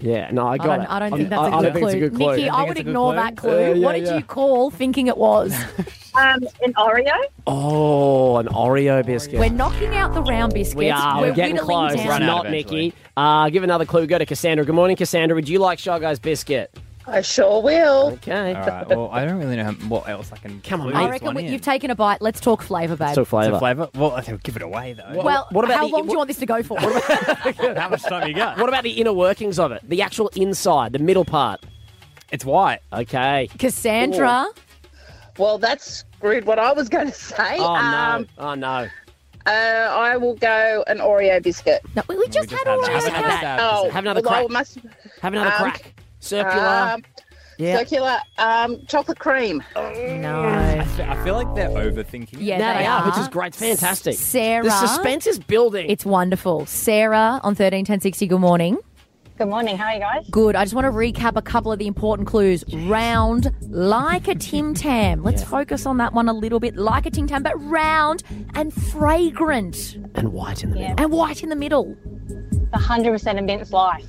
Yeah, no, I I got don't, it. I don't think I- that's a I good don't think clue. it's a good clue. Nikki, I would ignore that clue. Uh, yeah, what did yeah. you call thinking it was? [LAUGHS] Um, an Oreo. Oh, an Oreo biscuit. We're knocking out the round biscuits. We are. We're, getting whittling close. down. It's not Nikki. Uh, give another clue. Go to Cassandra. Good morning, Cassandra. Would you like Shy Guy's biscuit? I sure will. Okay. All right. Well, I don't really know how, what else I can. Come I reckon we, you've taken a bite. Let's talk flavour, babe. So flavour. Well, I'll give it away though. Well, What about how the- long do you want this to go [LAUGHS] for? [LAUGHS] how much time you got? What about the inner workings of it? The actual inside, the middle part. It's white. Okay. Cassandra. Well, that's screwed what I was going to say. Oh, no. um, oh no. uh, I will go an Oreo biscuit. No, we, just, had had Oreo. that. Have another stab. Oh, Have another well, I crack. must- Have another um, crack. Circular. um, Yeah. Circular um, chocolate cream. No. I fe- I feel like they're overthinking. it. Oh. Yeah, they, are. which is great. It's fantastic. Sarah. The suspense is building. It's wonderful. Sarah on 131060, good morning. Good morning. How are you guys? Good. I just want to recap a couple of the important clues. Round, like a Tim Tam. Let's focus on that one a little bit. Like a Tim Tam, but round and fragrant. And white in the Yeah. And white in the middle. 100% immense life.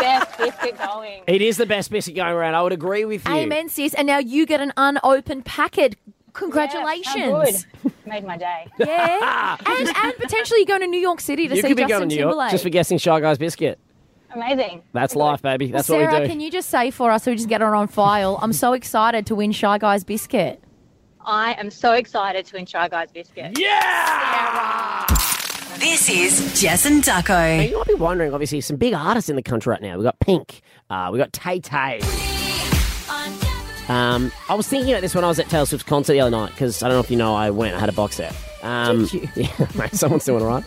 Best biscuit going. It is the best biscuit going around. I would agree with you. Amen, sis. And now you get an unopened packet. Congratulations. Yes, how good. [LAUGHS] Made my day. [LAUGHS] Yeah. and, and potentially you're going to New York City to You see could be Justin going to New Timberlake. York just for guessing Shy Guy's biscuit. Amazing. That's life, baby. That's well, Sarah, what we do. can you just say for us so we just get her on file? I'm so excited to win Shy Guy's biscuit. I am so excited to win Shy Guys Biscuit. Yeah! This is Jess and Now, Ducko. you might be wondering, obviously, some big artists in the country right now. We've got Pink, uh, we've got Tay Tay. Um, I was thinking about this when I was at Taylor Swift's concert the other night because I don't know if you know, I went, I had a box set. Um, Did you? [LAUGHS] Yeah, mate, someone's doing [LAUGHS] all right.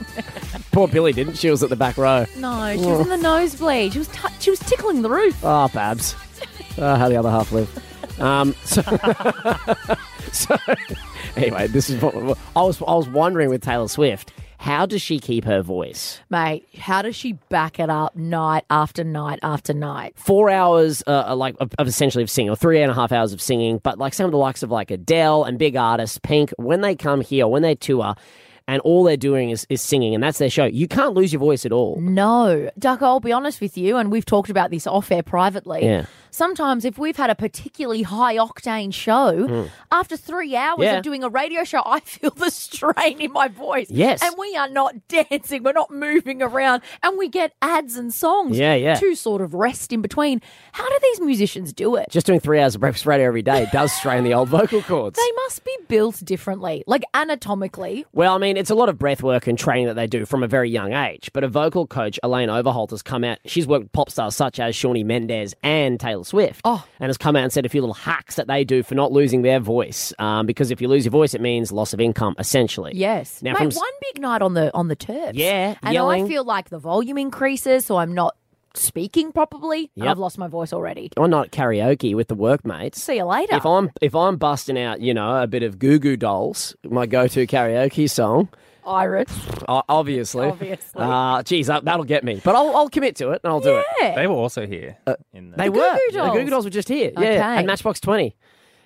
Poor Billy didn't. She was at the back row. No, she was in the nosebleed. She was t- she was tickling the roof. Oh, Babs. Oh, how the other half lived. Um, so, [LAUGHS] so, anyway, this is what I was. I was wondering with Taylor Swift, how does she keep her voice? Mate, how does she back it up night after night after night? Four hours, uh, uh, like of, of essentially of singing, or three and a half hours of singing. But like some of the likes of like Adele and big artists, Pink, when they come here, when they tour, and all they're doing is, is singing, and that's their show. You can't lose your voice at all. No, Duck, I'll be honest with you, and we've talked about this off air privately. Yeah. sometimes if we've had a particularly high octane show, Mm. after three hours Yeah. of doing a radio show, I feel the strain in my voice. Yes. And we are not dancing, we're not moving around, and we get ads and songs Yeah, yeah. to sort of rest in between. How do these musicians do it? Just doing three hours of breakfast radio every day does strain the old vocal cords. They must be built differently, like anatomically. Well, I mean, it's a lot of breath work and training that they do from a very young age. But a vocal coach, Elaine Overholt, has come out. She's worked with pop stars such as Shawnee Mendez and Taylor Swift. Oh. And has come out and said a few little hacks that they do for not losing their voice. Um, because if you lose your voice, it means loss of income, essentially. Yes. Now, Mate, from s- one big night on the on the turf. Yeah, And I yelling. feel like the volume increases, so I'm not speaking properly. and Yep. I've lost my voice already. One night at karaoke with the workmates. See you later. If I'm if I'm busting out, you know, a bit of Goo Goo Dolls, my go-to karaoke song, Irish. o- obviously. Obviously. Uh, geez, that- that'll get me. But I'll, I'll commit to it and I'll do Yeah. it. They were also here. Uh, they The Goo were. Goo The Goo Dolls. Goo Dolls were just here. Okay. Oh, Yeah. And Matchbox 20.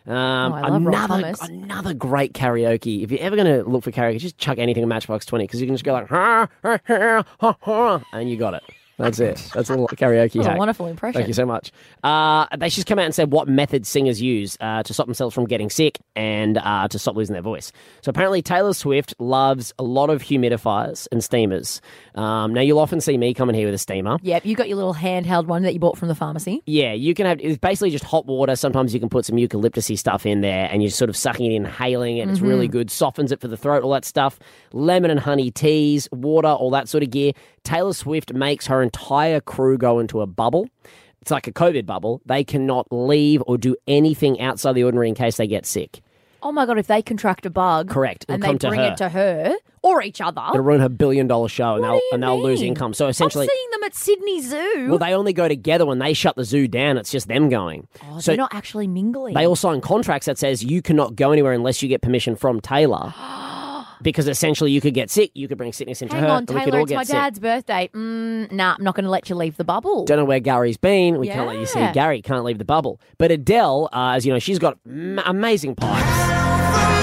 Um, I love Rob another, Thomas. another great karaoke. If you're ever going to look for karaoke, just chuck anything in Matchbox 20 because you can just go like, ha, ha, ha, ha, ha, and you got it. That's it. That's a little karaoke That was a hack. wonderful impression. Thank you so much. Uh, they just come out and said what methods singers use uh, to stop themselves from getting sick and uh, to stop losing their voice. So apparently, Taylor Swift loves a lot of humidifiers and steamers. Um, now, you'll often see me coming here with a steamer. Yep, you got your little handheld one that you bought from the pharmacy. Yeah, you can have it's basically just hot water. Sometimes you can put some eucalyptusy stuff in there, and you're sort of sucking it, in, inhaling it. It's Mhm. really good, softens it for the throat, all that stuff. Lemon and honey teas, water, all that sort of gear. Taylor Swift makes her entire crew go into a bubble. It's like a COVID bubble. They cannot leave or do anything outside the ordinary in case they get sick. Oh my god, if they contract a bug, Correct. It'll and come they to bring her. it to her or each other. It'll ruin her billion dollar show, and they'll and they'll lose mean? income. So essentially, I'm seeing them at Sydney Zoo. well, they only go together when they shut the zoo down. It's just them going. oh, they're not actually mingling. They all sign contracts that says you cannot go anywhere unless you get permission [GASPS] from Taylor. because essentially you could get sick, you could bring sickness into Hang her. on, and we could Taylor, all it's get my sick. dad's birthday. Mm, nah, I'm not going to let you leave the bubble. Don't know where Gary's been. We can't let you see Yeah. Gary. Can't leave the bubble. But Adele, uh, as you know, she's got m- amazing pipes. [GASPS]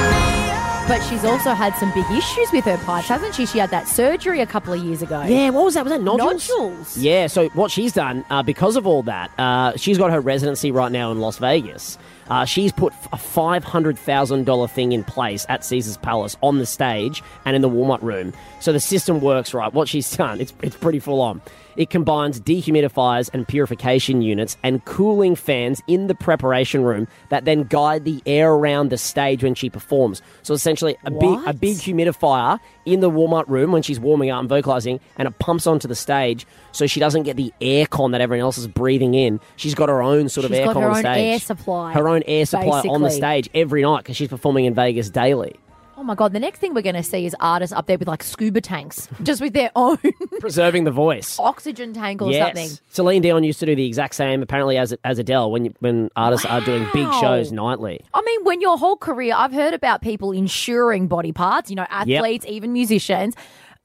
But she's also had some big issues with her pipes, hasn't she? She had that surgery a couple of years ago. Yeah, what was that? Was that nodules? Nodules. Yeah, so what she's done, uh, because of all that, uh, she's got her residency right now in Las Vegas. Uh, she's put f- a $500,000 thing in place at Caesar's Palace on the stage and in the warm up room. So the system works right. What she's [LAUGHS] done, it's, it's pretty full on. It combines dehumidifiers and purification units and cooling fans in the preparation room that then guide the air around the stage when she performs. So essentially, a big, a What? big humidifier in the warm up room when she's warming up and vocalizing, and it pumps onto the stage so she doesn't get the air con that everyone else is breathing in. She's got her own sort of She's air got con her on own stage. air supply, Her own air supply on the basically. stage every night because she's performing in Vegas daily. Oh my god, the next thing we're going to see is artists up there with like scuba tanks, [LAUGHS] just with their own Preserving the voice. oxygen tank or yes. something. Celine Dion used to do the exact same, apparently, as, as Adele when, you- when artists are doing big Wow. shows nightly. I mean, when your whole career, I've heard about people insuring body parts, you know, athletes, even musicians.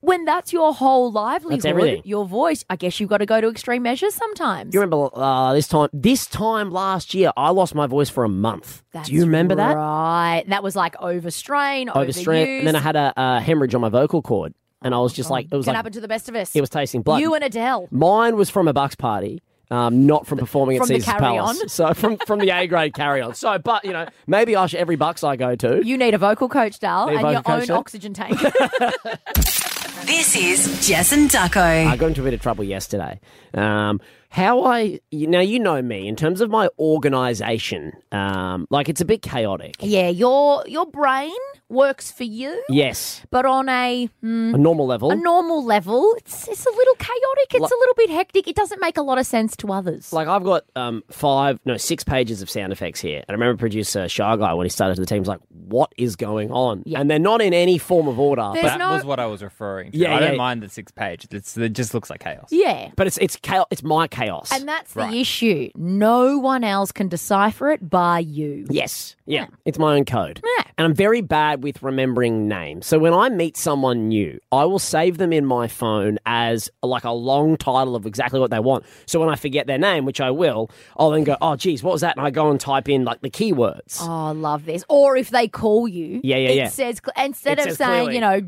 When that's your whole livelihood, everything. your voice, I guess you've got to go to extreme measures sometimes. You remember uh, this time? This time last year, I lost my voice for a month. That's Do you remember that? Right. That was like overstrain, overstrain, overuse. and then I had a, a hemorrhage on my vocal cord, and I was just like, it Oh, was Can like happen to the best of us. it was tasting blood. You and Adele. Mine was from a bucks party, um, not from performing From at the Caesar's carry-on? Palace. [LAUGHS] So from from the A grade carry on. So, but you know, maybe I should every bucks I go to. You need a vocal coach, Dal, Need a and your vocal coach, own Dal? oxygen [LAUGHS] tank. This is Jess and Ducko. I got into a bit of trouble yesterday. Um, how I you- now you know me in terms of my organisation, um, like it's a bit chaotic. [LAUGHS] yeah, your your brain works for you, Yes, but on a hmm, a normal level. a normal level, it's it's a little chaotic. It's Like- a little bit hectic. It doesn't make a lot of sense to others. Like I've got um, five, no, six pages of sound effects here, and I remember producer Shy Guy when he started to the team was like, "What is going on?" And they're not in any form of order. that was what I was referring to. Yeah, I don't yeah. mind the six page. It's, it just looks like chaos. yeah. but it's it's chaos. It's my chaos. And that's the issue. No one else can decipher it by you. Yes. Yeah. It's my own code. And I'm very bad with remembering names. So when I meet someone new, I will save them in my phone as like a long title of exactly what they want. So when I forget their name, which I will, I'll then go, oh, geez, what was that? And I go and type in like the keywords. Oh, I love this. Or if they call you, Yeah, yeah, it yeah. says cl- instead It of says saying, clearly. you know,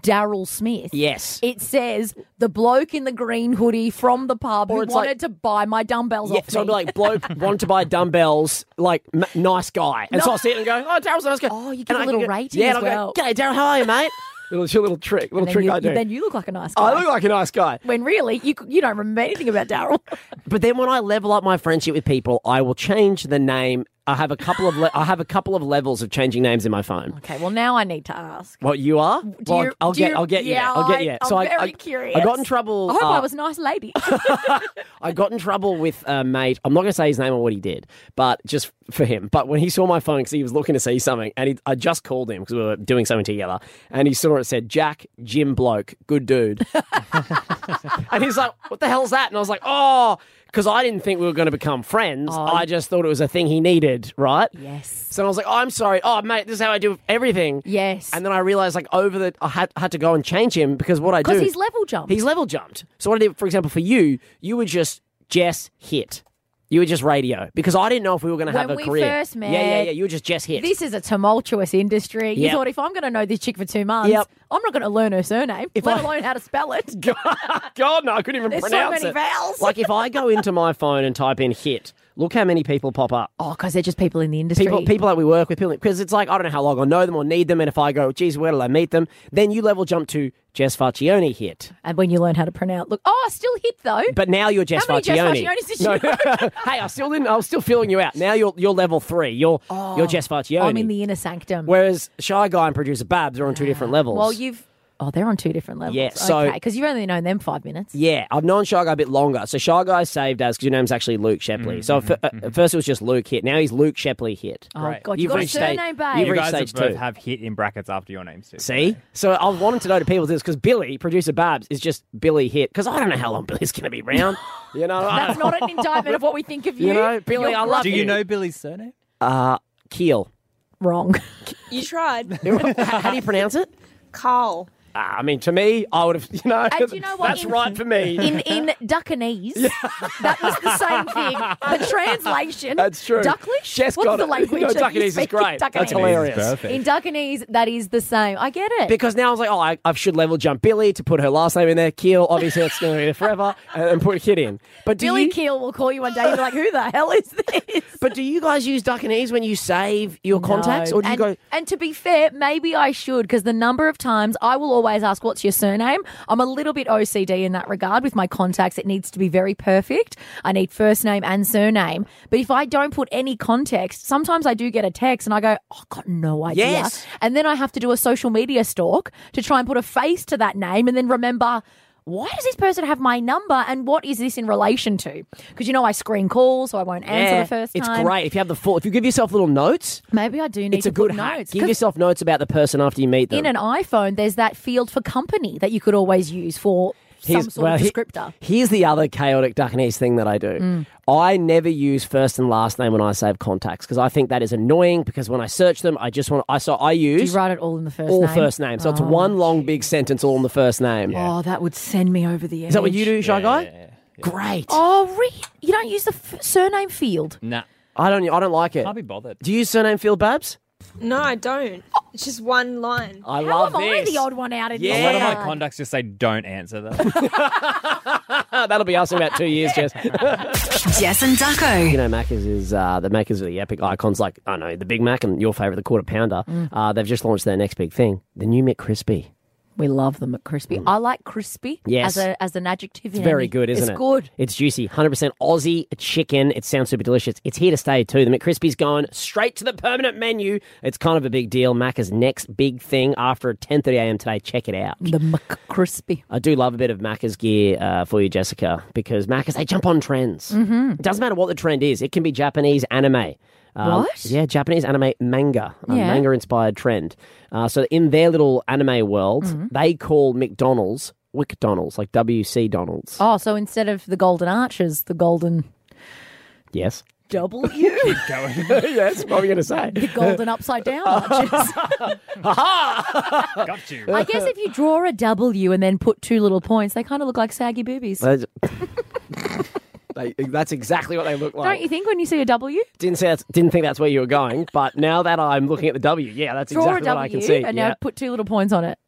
Daryl Smith. Yes. It says the bloke in the green hoodie from the pub Or who it's like- wanted to buy my dumbbells Yeah, off so I'd me. be like, bloke wanted to buy dumbbells, like m- nice guy, and so No. I see it and go, oh, Daryl's a nice guy. Oh, you give a little rating Yeah, as and well. I go, g'day, Daryl, how are you, mate? [LAUGHS] little, it's your little trick, little And then trick you, I do. Then you look like a nice guy. I look like a nice guy. when really you you don't remember anything about [LAUGHS] Daryl. But then when I level up my friendship with people, I will change the name. I have a couple of le- I have a couple of levels of changing names in my phone. Okay, well now I need to ask. What you are? well, you- I'll do get you- I'll get you. yeah, there. I'll get I- you. there. I'm so I, very I, curious. I got in trouble. I hope I uh, was a nice [LAUGHS] lady. [LAUGHS] I got in trouble with a mate. I'm not going to say his name or what he did, but just for him. But when he saw my phone, because he was looking to see something, and he, I just called him because we were doing something together, and he saw it said Jack Jim Bloke, good dude, [LAUGHS] and he's like, "What the hell's that?" And I was like, "Oh." Because I didn't think we were going to become friends. Oh, I just thought it was a thing he needed, right? Yes. So I was like, oh, I'm sorry. Oh, mate, this is how I do everything. Yes. And uh, then I realized, like, over the, I had, had to go and change him because what I do. Because he's level jumped. He's level jumped. So what I did, for example, for you, you were just Jess Hit. You were just radio because I didn't know if we were going to have When a we career. first yeah, yeah, met, yeah. You were just Jess Hit. [LAUGHS] This is a tumultuous industry. You Yep. thought if I'm going to know this chick for two months, Yep. I'm not going to learn her surname, If let I- alone how to spell [LAUGHS] it. God, no, I couldn't even There's so pronounce many it. vowels. Like if I go into my phone and type in Hit, look how many people pop up. Oh, because they're just people in the industry. People, people that we work with, people because it's like I don't know how long I know them or need them, and if I go, geez, where will I meet them? Then you level jump to Jess Faccioni hit, and when you learn how to pronounce, look, oh, I still hit though. but now you're Jess How many Jess Faccioni. Faccionis did No. you [LAUGHS] hey, I still didn't. I was still feeling you out. Now you're you're level three. You're you're Jess Faccioni. Oh. I'm in the inner sanctum. Whereas shy guy and producer Babs are on two different levels. Well, you've oh, they're on two different levels. Yeah, so- okay, because you've only known them five minutes. Yeah, I've known Shy Guy a bit longer. So Shy Guy saved us because your name's actually Luke Mm-hmm. Shepley. so at, fir- uh, at first it was just Luke Hit. Now he's Luke Shepley Hit. Oh, Great. God, you got a reached surname, stage, babe. You've you reached guys stage both two. have hit in brackets after your names too. See? So I wanted to know to people this because Billy, producer Babs, is just Billy Hit because I don't know how long Billy's going [LAUGHS] to be around. you know, I That's don't- not an indictment of what we think of you. You know, Billy, I love Do you. you know Billy's surname? Uh, Keel. Wrong. You [LAUGHS] tried. How do you pronounce it? Carl. Ah, I mean, to me, I would have, [LAUGHS] you know, And do you know what? that's In- right for me. [LAUGHS] In in Duckanese, that was the same thing. The translation. That's true. Ducklish. Jess What's got the it. [LAUGHS] language? No, that you Duckanese is speak? great. That's Duckanese. hilarious. Perfect. In Duckanese, that is the same. I get it. Because now I was like, oh, I, I should level jump Billy to put her last name in there. Keel, obviously, that's going to be there forever, [LAUGHS] and, and put Hit in. But do Billy you, Keel will call you one day. You're like, who the hell is this? But do you guys use Duckanese when you save your contacts, or do you and, go? And to be fair, maybe I should because the number of times I will always ask, "What's your surname?" I'm a little bit OCD in that regard with my contacts. It needs to be very perfect. I need first name and surname. But if I don't put any context, sometimes I do get a text and I go, oh, "I got no idea," Yes. and then I have to do a social media stalk to try and put a face to that name, and then remember. Why does this person have my number and what is this in relation to? Because you know I screen calls, so I won't answer Yeah, the first "Eh, it's time. great if you have the full. If you give yourself little notes, Maybe I do need it's to a good put hack. notes. Give 'cause- yourself notes about the person after you meet them. in an iPhone, there's that field for company that you could always use for some Here's- sort well, of he- descriptor. here's the other chaotic Duckanese thing that I do. Mm. I never use first and last name when I save contacts because I think that is annoying. Because when I search them, I just want I so I Do use you write it all in the first all name? first name, so it's Oh. one long big sentence all in the first name. Oh, that would send me over the edge. Is that what you do, shy guy? Great. Oh, re- you don't use the f- surname field. Nah, I don't. I don't like it. I'll be bothered. Do you use surname field, Babs? No, I don't. It's just one line. I How love am I this. the odd one out in A this lot of my regard? contacts just say don't answer [LAUGHS] that. Ah, That'll be us in about two years, Jess. Jess and Ducko. You know, Macca's is uh, the Macca's are the epic icons. Like I know the Big Mac and your favorite, the Quarter Pounder. Mm. Uh, they've just launched their next big thing, the new McCrispy. We love them at Crispy. I like crispy Mm. Yes. as, a, as an adjective. It's in very any- good, isn't it's it? good. It's juicy, 100% Aussie chicken. It sounds super delicious. It's here to stay too. The McCrispy's going straight to the permanent menu. It's kind of a big deal. Macca's next big thing after 10:30 a.m. today. Check it out. The McCrispy. I do love a bit of Macca's gear uh, for you, Jessica, because Macca's they jump on trends. Mm-hmm. It doesn't matter what the trend is. It can be Japanese anime. Um, What? Yeah, Japanese anime manga, a Yeah. manga inspired trend. Uh, so in their little anime world, Mhm. they call McDonald's WcDonald's, like WC Donald's. Oh, so instead of the golden arches, the golden Yes. W, [LAUGHS] [LAUGHS] yes, what are you going [LAUGHS] to say? the golden upside down [LAUGHS] arches. Ha Got you. I guess if you draw a W and then put two little points, they kind of look like saggy boobies. That's, [LAUGHS] they, that's exactly what they look like. Don't you think when you see a W? Didn't, say that's, didn't think that's where you were going, but now that I'm looking at the W, yeah, that's Draw exactly a W what I can see. and yeah. Ah, now put two little points on it.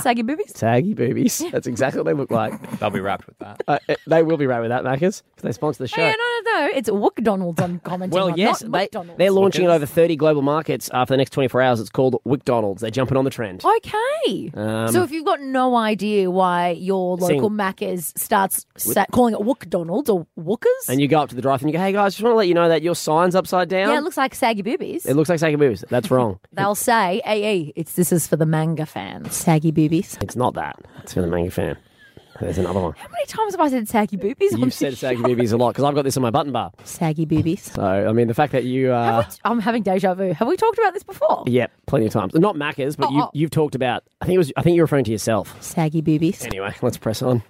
Saggy boobies? Saggy boobies. That's exactly what they [LAUGHS] look like. They'll be wrapped with that. Uh, eh, they will be wrapped with that, Maccas, because they sponsor the show. Hey, no, no, no. It's Wookdonald's I'm commenting Well, on, yes, not they, McDonald's. they're launching in over 30 global markets uh, for the next 24 hours. It's called McDonald's. They're jumping on the trend. Okay. Um, so if you've got no idea why your local Sing- Macca's starts sta- calling it Wookdonald's or Wookers, And you go up to the drive and you go, hey, guys, just want to let you know that your sign's upside down. yeah, it looks like saggy boobies. It looks like Saggy Boobies. That's wrong. They'll say, "Hey, hey, it's this is for the manga fans, saggy boobies." it's not that. It's for the manga fan. There's another one. How many times have I said saggy boobies? on [LAUGHS] You've this said show? Saggy Boobies a lot because I've got this on my button bar. Saggy Boobies. So, I mean, the fact that you. Uh, I'm having deja vu. Have we talked about this before? yeah, plenty of times. Not Macca's, but Oh, you, oh. you've talked about. I think it was. I think you're referring to yourself. Saggy boobies. Anyway, let's press on.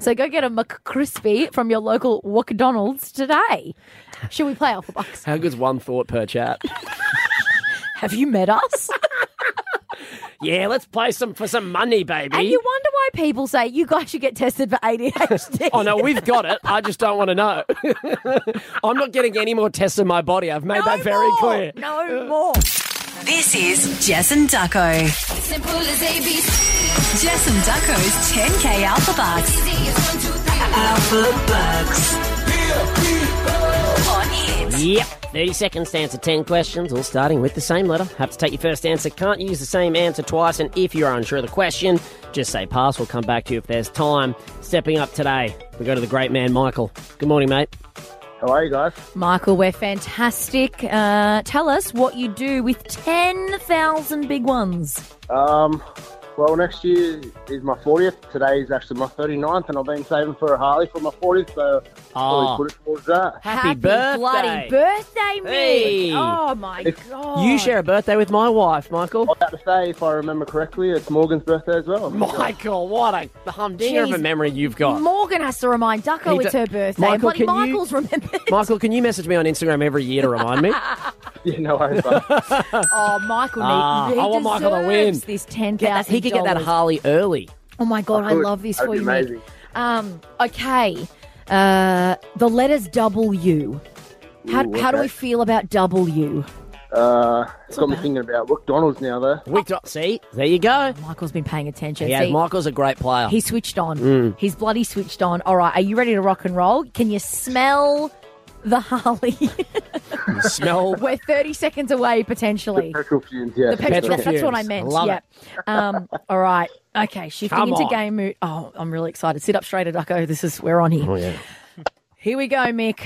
So go get a McCrispy from your local Wookdonald's today. Should we play Alpha Bucks? How good's one thought per chat? Have you met us? [LAUGHS] yeah, let's play some for some money, [LAUGHS] baby. and you wonder why people say you guys should get tested for ADHD. [LAUGHS] Oh no, we've got it. I just don't want to know. [LAUGHS] I'm not getting any more tests in my body. I've made that very clear. No more. This is Jess and Ducko. Simple as ABC. Jess and Ducko's 10K Alpha Bucks. Alpha Bucks. On hit. Yep. 30 seconds to answer 10 questions, all starting with the same letter. Have to take your first answer. Can't use the same answer twice. And if you're unsure of the question, just say pass. We'll come back to you if there's time. Stepping up today, we go to the great man, Michael. Good morning, mate. How are you guys? Michael, we're fantastic. Uh, tell us what you do with 10,000 big ones. Um, well, next year is my 40th. Today is actually my 39th, and I've been saving for a Harley for my 40th, so Ah. I'll put it towards that. Happy Happy birthday. Bloody birthday, Mick. Hey. Oh, my God. You share a birthday with my wife, Michael. I was about to say, if I remember correctly, it's Morgan's birthday as well. [LAUGHS] Oh, Michael, what a the humdinger of a Jeez. memory you've got. Morgan has to remind Ducko He it's do- her birthday. Michael, Bloody can you- Michael's remembered. Michael, can you message me on Instagram every year to remind [LAUGHS] me? yeah, no worries. [LAUGHS] Oh, Michael, need- Ah, he I want Michael to win. deserves This ten Get that- thousand. he could get that Harley early. Oh my god, I, could. love this That'd for be you. amazing. Mick. Um, okay, uh, the letters W. How, Ooh, how do okay. we feel about W? Uh, it's got me thinking about McDonald's now, though. McDonald's, see? There you go. Michael's been paying attention. Yeah, See, Michael's a great player. He switched on. Mm. He's bloody switched on. All right, are you ready to rock and roll? Can you smell the Harley? smell We're thirty seconds away potentially. petrol fumes, yeah. the petrol. petrol That's what I fumes. meant. Love yeah. [LAUGHS] Um, all right. Okay. Shifting Come into on. game mood. Oh, I'm really excited. Sit up straighter, Ducko. This is we're on here. [LAUGHS] Oh yeah. Here we go, Mick.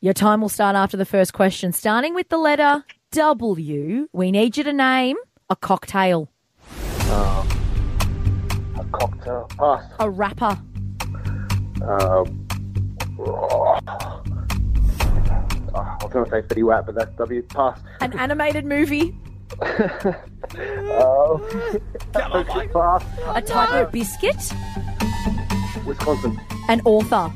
Your time will start after the first question. Starting with the letter W, we need you to name a cocktail, Um, a cocktail. Pass. a wrapper, Um, oh, I was going to say 30 watt, but that's W. Pass. an animated movie, [LAUGHS] Oh. pass. a type of biscuit, Wisconsin. an author,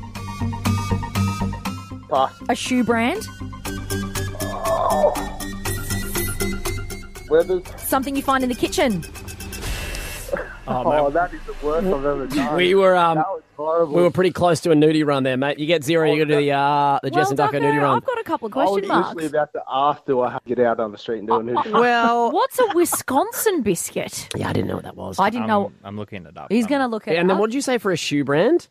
Pass. Oh. a shoe brand, Weathers. something you find in the kitchen. Oh, Oh, mate. that is the worst I've ever done. We were um, that was Oh, horrible. we were pretty close to a nudie run there, mate. You get zero, you go to the uh, the Jess and Ducker nudie run. I've got a couple of I was question marks. literally about to ask, do I get out on the street and do a nudie? what's a Wisconsin [LAUGHS] biscuit? Yeah, I didn't know what that was. I didn't I'm, know. Um, I'm looking it up. um, He's gonna look at Um, and then what did you say for a shoe brand?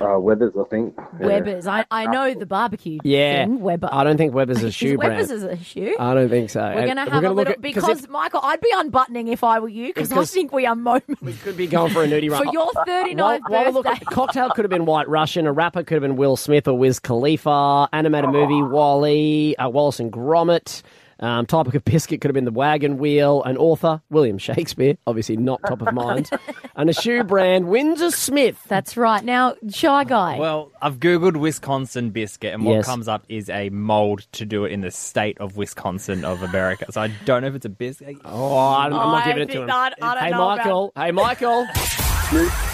Uh, Weathers, I think. Weber's. I, I know the barbecue. Yeah, thing, Weber. I don't think Weber's a [LAUGHS] Is shoe Weber's brand. is a shoe. I don't think so. We're And going to have gonna a look little at- because if Michael, I'd be unbuttoning if I were you because I Because- think we are moments. could be going for a nudie [LAUGHS] run For your 39th While- while we look at- birthday. cocktail could have been White Russian. A rapper could have been Will Smith or Wiz Khalifa. Animated movie Wally, uh, Wallace and Gromit. Um, topic of biscuit could have been the wagon wheel. An author William Shakespeare, obviously not top of mind. and a shoe brand Windsor Smith. [LAUGHS] That's right. Now, shy guy. Well, I've googled Wisconsin biscuit, and what Yes. comes up is a mold to do it in the state of Wisconsin of America. So I don't know if it's a biscuit. Oh, I'm, I'm not giving it to him. hey, Michael. Hey, Michael.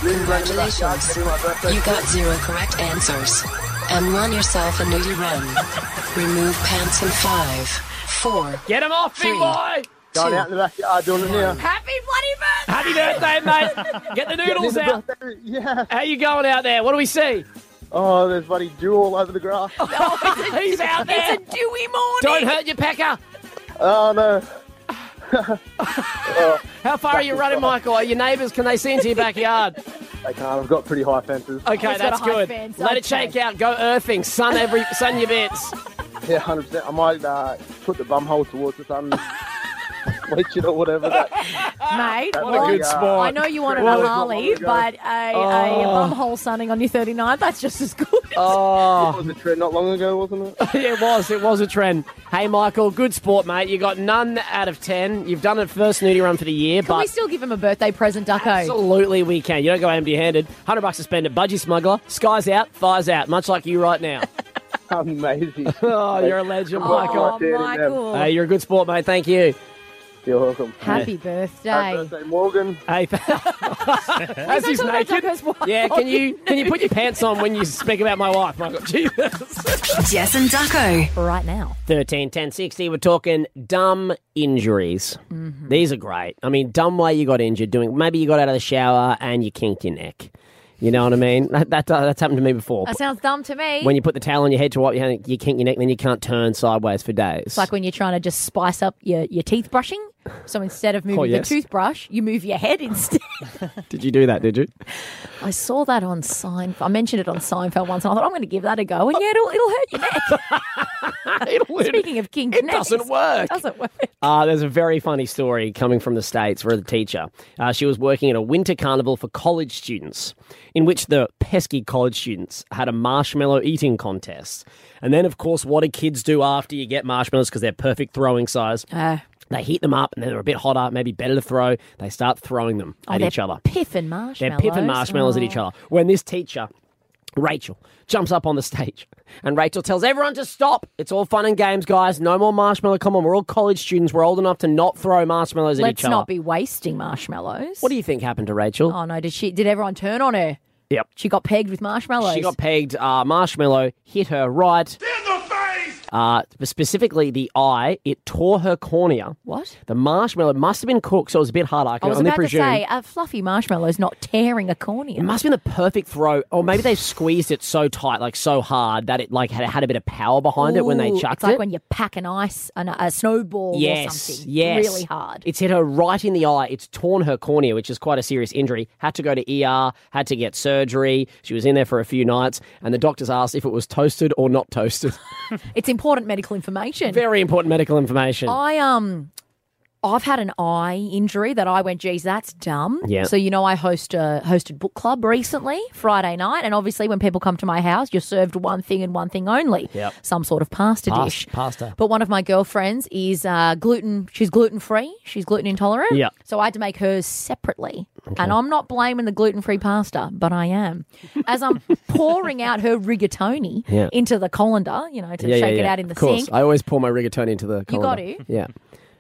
Congratulations. You got zero correct answers and won yourself a nudie run. Remove pants in five, four. Get him off, three, big boy. Going out in the backyard doing it now. Happy Happy birthday, mate. Get the noodles Get the out. [LAUGHS] Yeah. How you going out there? What do we see? Oh, there's bloody dew all over the grass. Oh. He's out there. It's a dewy morning. Don't hurt your pecker. Oh, no. How far are you running, Michael? Are your neighbours? Can they see into your [LAUGHS] backyard? They can't. I've got pretty high fences. Okay, that's good. Let it shake out. Go earthing. Sun every sun your bits. Yeah, hundred percent. I might uh, put the bum hole towards the [LAUGHS] sun, bleach it or whatever. That, Mate, What a well, good spot. I know you want an What a- Harley, but a, a Oh. bumhole sunning on your 39, that's just as good. Oh. It was a trend not long ago, wasn't it? [LAUGHS] [LAUGHS] it was. It was a trend. Hey, Michael, good sport, mate. You got none out of ten. You've done a first nudie run for the year, [LAUGHS] Can but we still give him a birthday present, Ducko? absolutely we can. You don't go empty-handed. Hundred bucks to spend at Budgie Smuggler. Sky's out, fire's out. Much like you right now. Amazing. [LAUGHS] oh, you're a legend, Oh, Michael. Michael. Hey, you're a good sport, mate. Thank you. You're welcome. Happy birthday. Happy birthday, Morgan. Hey, [LAUGHS] as he's naked. Yeah, can you can you put your pants on when you speak about my wife, Michael? [LAUGHS] Jesus. Jess and Ducko. Right now. 13, 10, 60, we're talking dumb injuries. Mm-hmm. These are great. I mean, dumb way you got injured, doing maybe you got out of the shower and you kinked your neck. You know what I mean? That, that, uh, that's happened to me before. That sounds dumb to me. when you put the towel on your head to wipe your hand, you kink your neck, then you can't turn sideways for days. it's like when you're trying to just spice up your, your teeth brushing. So instead of moving yes. the toothbrush, you move your head instead. did you do that? [LAUGHS] Did you? I saw that on Seinfeld. I mentioned it on Seinfeld once, and I thought, I'm going to give that a go. And yeah, it'll, it'll hurt your [LAUGHS] neck. Speaking of King It doesn't work. It doesn't work. Uh, there's a very funny story coming from the States where the teacher, uh, she was working at a winter carnival for college students in which the pesky college students had a marshmallow eating contest. And then, of course, what do kids do after you get marshmallows because they're perfect throwing size? they heat them up and then they're a bit hotter, maybe better to throw. They start throwing them Oh, at they're each other. Piffing marshmallows. They're pipping marshmallows at Oh. each other. When this teacher, Rachel, jumps up on the [LAUGHS] stage and Rachel tells everyone to stop. It's all fun and games, guys. No more marshmallow. Come on, we're all college students. We're old enough to not throw marshmallows at Let's each other. not be wasting marshmallows. what do you think happened to Rachel? Oh no! Did she? Did everyone turn on her? Yep. She got pegged with marshmallows. She got pegged. Uh, marshmallow hit her right. Uh, specifically, the eye. It tore her cornea. What? The marshmallow must have been cooked, so it was a bit hard. I I can was only about presume. to say a fluffy marshmallow is not tearing a cornea. It must have been the perfect throw, or maybe they squeezed it so tight, like so hard that it like had, had a bit of power behind it when they Ooh, chucked It's like it. when you pack an ice and a, a snowball or yes, something. yes, Really hard. It's hit her right in the eye. It's torn her cornea, which is quite a serious injury. Had to go to ER. Had to get surgery. She was in there for a few nights, and the doctors asked if it was toasted or [LAUGHS] not toasted. It's important medical information. Very important medical information. I um I've had an eye injury that I went, geez, that's dumb. Yeah. So you know I host a hosted book club recently, Friday night, and obviously when people come to my house, you're served one thing and one thing only. Yep. Some sort of pasta Pas- dish. pasta. But one of my girlfriends is uh, gluten. She's gluten free. She's gluten intolerant. Yeah. So I had to make hers separately, and I'm not blaming the gluten free pasta, but I am. As I'm [LAUGHS] pouring out her rigatoni Yeah. into the colander, you know, to yeah, shake yeah, it yeah. out in the of course. sink, I always pour my rigatoni into the. You colander. got to. Yeah.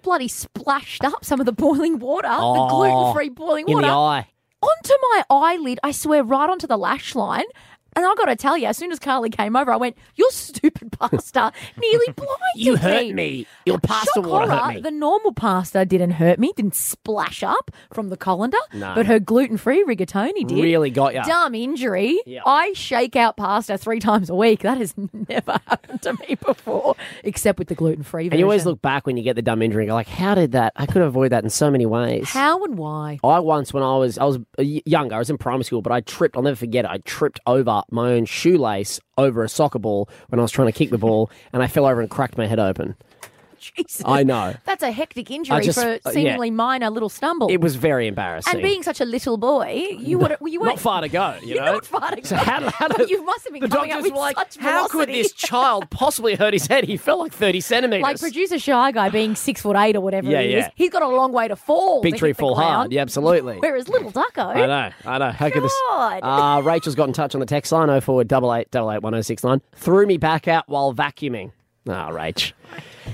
bloody splashed up some of the [LAUGHS] boiling water, Oh, the gluten free boiling in water, the eye. onto my eyelid. I swear, right onto the lash line. And I got to tell you, as soon as Carly came over, I went, "Your stupid [LAUGHS] pasta nearly blinded [LAUGHS] You hurt me." me. Your pasta Shock water hurt horror, me. The normal pasta didn't hurt me, didn't splash up from the colander, No. but her gluten free rigatoni did. Really got ya. Dumb injury. Yeah. I shake out pasta three times a week. That has [LAUGHS] never happened to me before, except with the gluten free version. And you always look back when you get the dumb injury and go like, how did that? I could avoid that in so many ways. How and why? I once, when I was I was uh, y- younger, I was in primary school, but I tripped. I'll never forget. it. I tripped over my own shoelace over a soccer ball when I was trying to kick the [LAUGHS] ball, and I fell over and cracked my head open. Jesus. I know. That's a hectic injury just- uh, for yeah. seemingly minor little stumble. It was very embarrassing. and being such a little boy, you would you weren't not far to go, you know. not far to go. So how, do- how But do- you must have been the coming up doctors with were like, such how could velocity." this child possibly hurt his head? He fell like thirty centimeters. like producer shy guy being six foot eight or whatever Yeah, he yeah. is, he's got a long way to fall. Big to tree hit the fall ground. hard. Yeah, absolutely. Whereas little Ducko, I know, I know. How could this? God. Uh, Rachel's got in touch on the text line 04 88 88 1069. Threw me back out while vacuuming. Ah, Rach.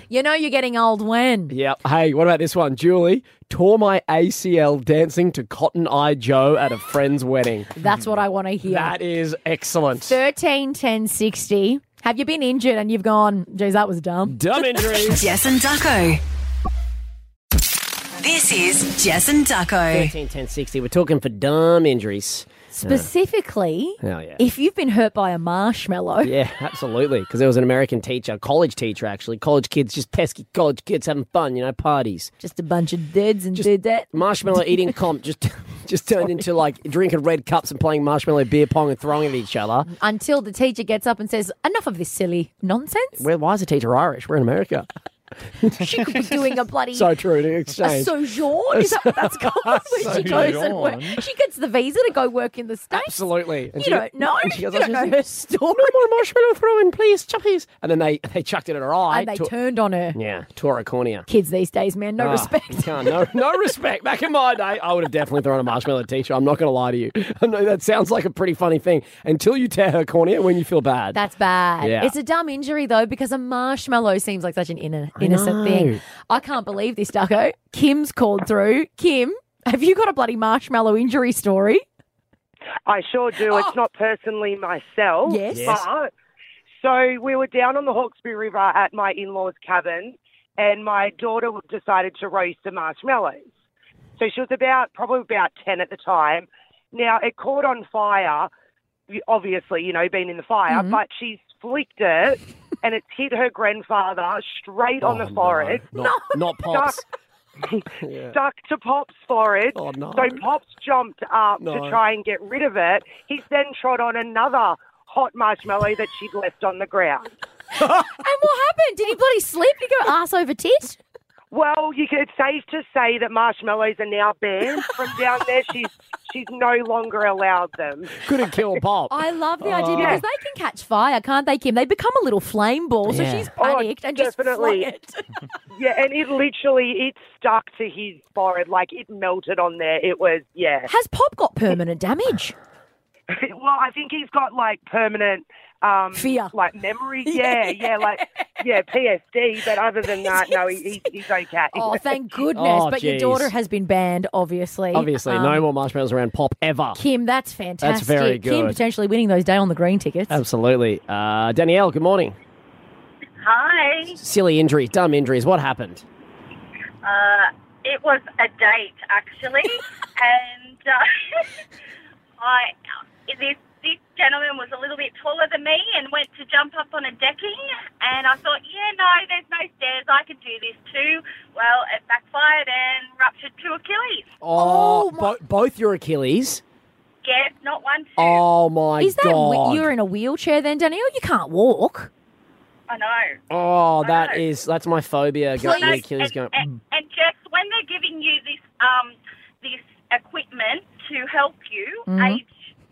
you know you're getting old [LAUGHS] when. Yep. Hey, what about this one? Julie tore my ACL dancing to Cotton Eye Joe at a friend's wedding. That's what I want to hear. That is excellent. 13, 10, 60. Have you been injured and you've gone, geez, that was dumb? [LAUGHS] Dumb injuries. Jess and Ducko. This is Jess and Ducko. 13, 10, 60. We're talking for dumb injuries. Specifically, Hell yeah. if you've been hurt by a marshmallow, Yeah, absolutely. Because there was an American teacher, college teacher actually, college kids, just pesky college kids having fun, you know, parties. just a bunch of duds and did that. [LAUGHS] Marshmallow eating comp just just turned into like drinking red cups and playing marshmallow beer pong and throwing at each other. Until the teacher gets up and says, enough of this silly nonsense. Where, why is the teacher Irish? We're in America. She could be doing a bloody So true. The A exchange. sojourn? Is that what [LAUGHS] that's called? When she goes and work. Sojourn. She gets the visa to go work in the States. Absolutely. You don't know. and she goes, You "I don't just- know her story. No more marshmallow throwing, please, chuppies. And then they, they chucked it at her eye. And they to- turned on her. Yeah, tore her cornea. Kids these days, man, no [LAUGHS] Ah, respect. [LAUGHS] can't. No, no respect. Back in my day, I would have definitely thrown a marshmallow at a teacher. I'm not going to lie to you. [LAUGHS] I know that sounds like a pretty funny thing until you tear her cornea when you feel bad. That's bad. Yeah. It's a dumb injury though, because a marshmallow seems like such an inno- innocent know. thing. I can't believe this, Ducko. Kim's called through. Kim, have you got a bloody marshmallow injury story? I sure do. Oh. It's not personally myself. Yes. Yes. But, so we were down on the Hawkesbury River at my in law's cabin, and my daughter decided to roast the marshmallows. So she was about, probably about 10 at the time. Now, it caught on fire, you- obviously, you know, being in the fire, Mm-hmm. Mhm. but she's flicked it, and it's hit her grandfather straight Oh, on the forehead. Not, [LAUGHS] not pops. Yeah. Stuck to Pop's forehead. Oh, no. So Pop's jumped up No. to try and get rid of it. He's then trod on another hot marshmallow that she'd left on the ground. And what happened? Did he bloody sleep? Did he go ass over tit? Well, you could, it's safe to say that marshmallows are now banned from down there. She's she's no longer allowed them. Could have killed Pop. I love the idea Oh. because they can catch fire, can't they, Kim? They become a little flame ball, so Yeah. she's panicked and just flung Oh, definitely. [LAUGHS] it. Yeah, and it literally it stuck to his forehead like it melted on there. It was yeah. Has Pop got [LAUGHS] permanent damage? well, I think he's got like permanent um, fear, like memory. [LAUGHS] Yeah, yeah, like yeah, PSD. But other than that, no, he, [LAUGHS] he's, he's okay. Oh, thank goodness! Oh, but your geez. daughter has been banned, obviously. Obviously, Um, no more marshmallows around Pop ever. Kim, that's fantastic. very Kim good. Oh, potentially winning those day on the green tickets. Absolutely. Uh, Danielle, good morning. Hi. Silly injuries, dumb injuries. What happened? Uh, it was a date [LAUGHS] actually, and uh, [LAUGHS] I this this gentleman was a little bit taller than me and went to jump up on a decking, and I thought, yeah, no, there's no stairs, I could do this too. Well, it backfired and ruptured two Achilles. Oh, bo- both your Achilles. Yes, not one. Two. Oh my Is that god! wi- you're in a wheelchair then, Danielle? You can't walk. I know. Oh, that know. is that's my phobia. Going, the Achilles mm, going. and, and just when they're giving you this um, this equipment to help you, Mhm. age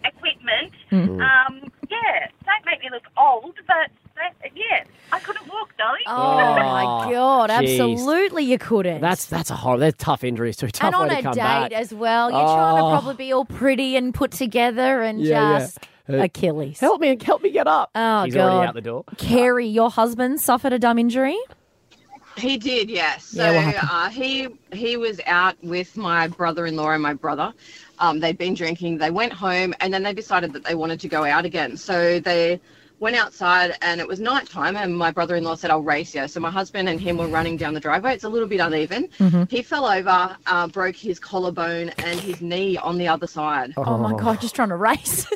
equipment, Mhm. um, yeah, don't make me look old, but that, yeah, I couldn't walk though. Oh, my god! jeez. Absolutely, you couldn't. That's that's a horrible. They're tough injuries too. [LAUGHS] Tough and on way a to date come back. as well. You're trying to Oh. probably be all pretty and put together and Yeah, yeah. just Uh, Achilles. Help me! Help me get up. Oh He's god! already out the door. Carrie, your husband suffered a dumb injury. He did, yes. So Yeah, what happened? uh, he he was out with my brother-in-law and my brother. Um, they'd been drinking. They went home, and then they decided that they wanted to go out again. So they went outside, and it was nighttime. And my brother-in-law said, "I'll race you." So my husband and him were running down the driveway. It's a little bit uneven. Mhm. He fell over, uh, broke his collarbone and his knee on the other side. Oh, my god! Just trying to race.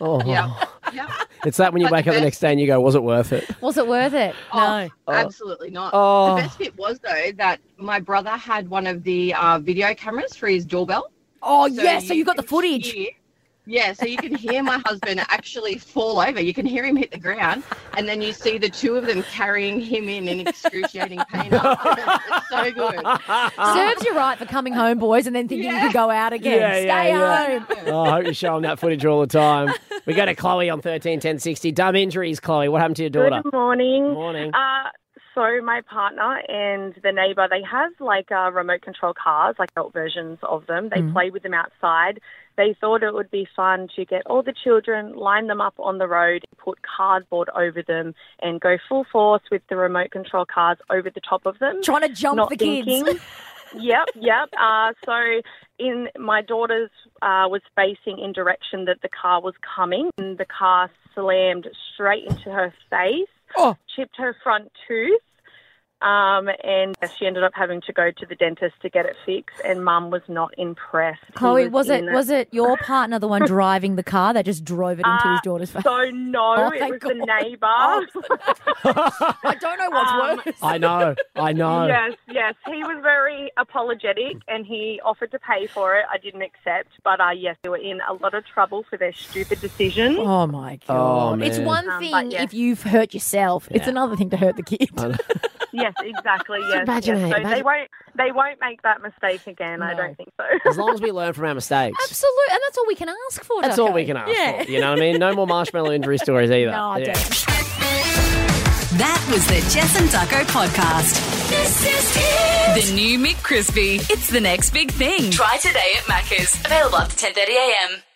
Oh, Yeah. yeah. it's that when you wake up the next day and you go, "Was it [LAUGHS] worth it?" [LAUGHS] Was it worth it? No. Oh. Absolutely not. Oh. The best bit was though that my brother had one of the uh, video cameras for his doorbell. Oh yes, so you got the footage. yeah, so you can hear my husband actually fall over. You can hear him hit the ground, and then you see the two of them carrying him in in excruciating [LAUGHS] pain. it's so good. Serves you right for coming home, boys, and then thinking you could go out again. Yeah, Stay yeah, yeah. home. oh, I hope you show them that footage all the time. We go to Chloe on thirteen ten sixty. Dumb injuries, Chloe. What happened to your daughter? Good morning. Morning. Uh, so my partner and the neighbour, they have like uh, remote control cars, like adult versions of them. They Mm. play with them outside. They thought it would be fun to get all the children, line them up on the road, put cardboard over them, and go full force with the remote control cars over the top of them. Trying to jump Not the kids. thinking. yep, yep. Uh, so in my daughter's uh, was facing in direction that the car was coming, and the Oh. car slammed straight into her face, chipped her front tooth. Um, and she ended up having to go to the dentist to get it fixed, and mum was not impressed. He Chloe, was it in was it your partner, the one driving the car that just drove it into his daughter's face? So no, [LAUGHS] Oh, it thank was the God. Oh. neighbour. [LAUGHS] I don't know what's worse. I know. [LAUGHS] I know. Yes, yes. He was very apologetic and he offered to pay for it. I didn't accept, but uh, yes, they were in a lot of trouble for their stupid decision. [LAUGHS] Oh my Oh, god! man. it's one Um, thing but yeah. if you've hurt yourself; it's another thing to hurt the kid. Yes, exactly. yes, imagine yes. it, So they imagine- won't. They won't make that mistake again. I don't think so. As long as we learn from our mistakes. Absolutely, and that's all we can ask for. That's all we can ask Yeah. for. You know what I mean? No more marshmallow injury stories [LAUGHS] either. No, I don't. That was the Jess and Ducko podcast. This is it. The new McCrispy. It's the next big thing. Try today at Macca's. Available after 10.30am.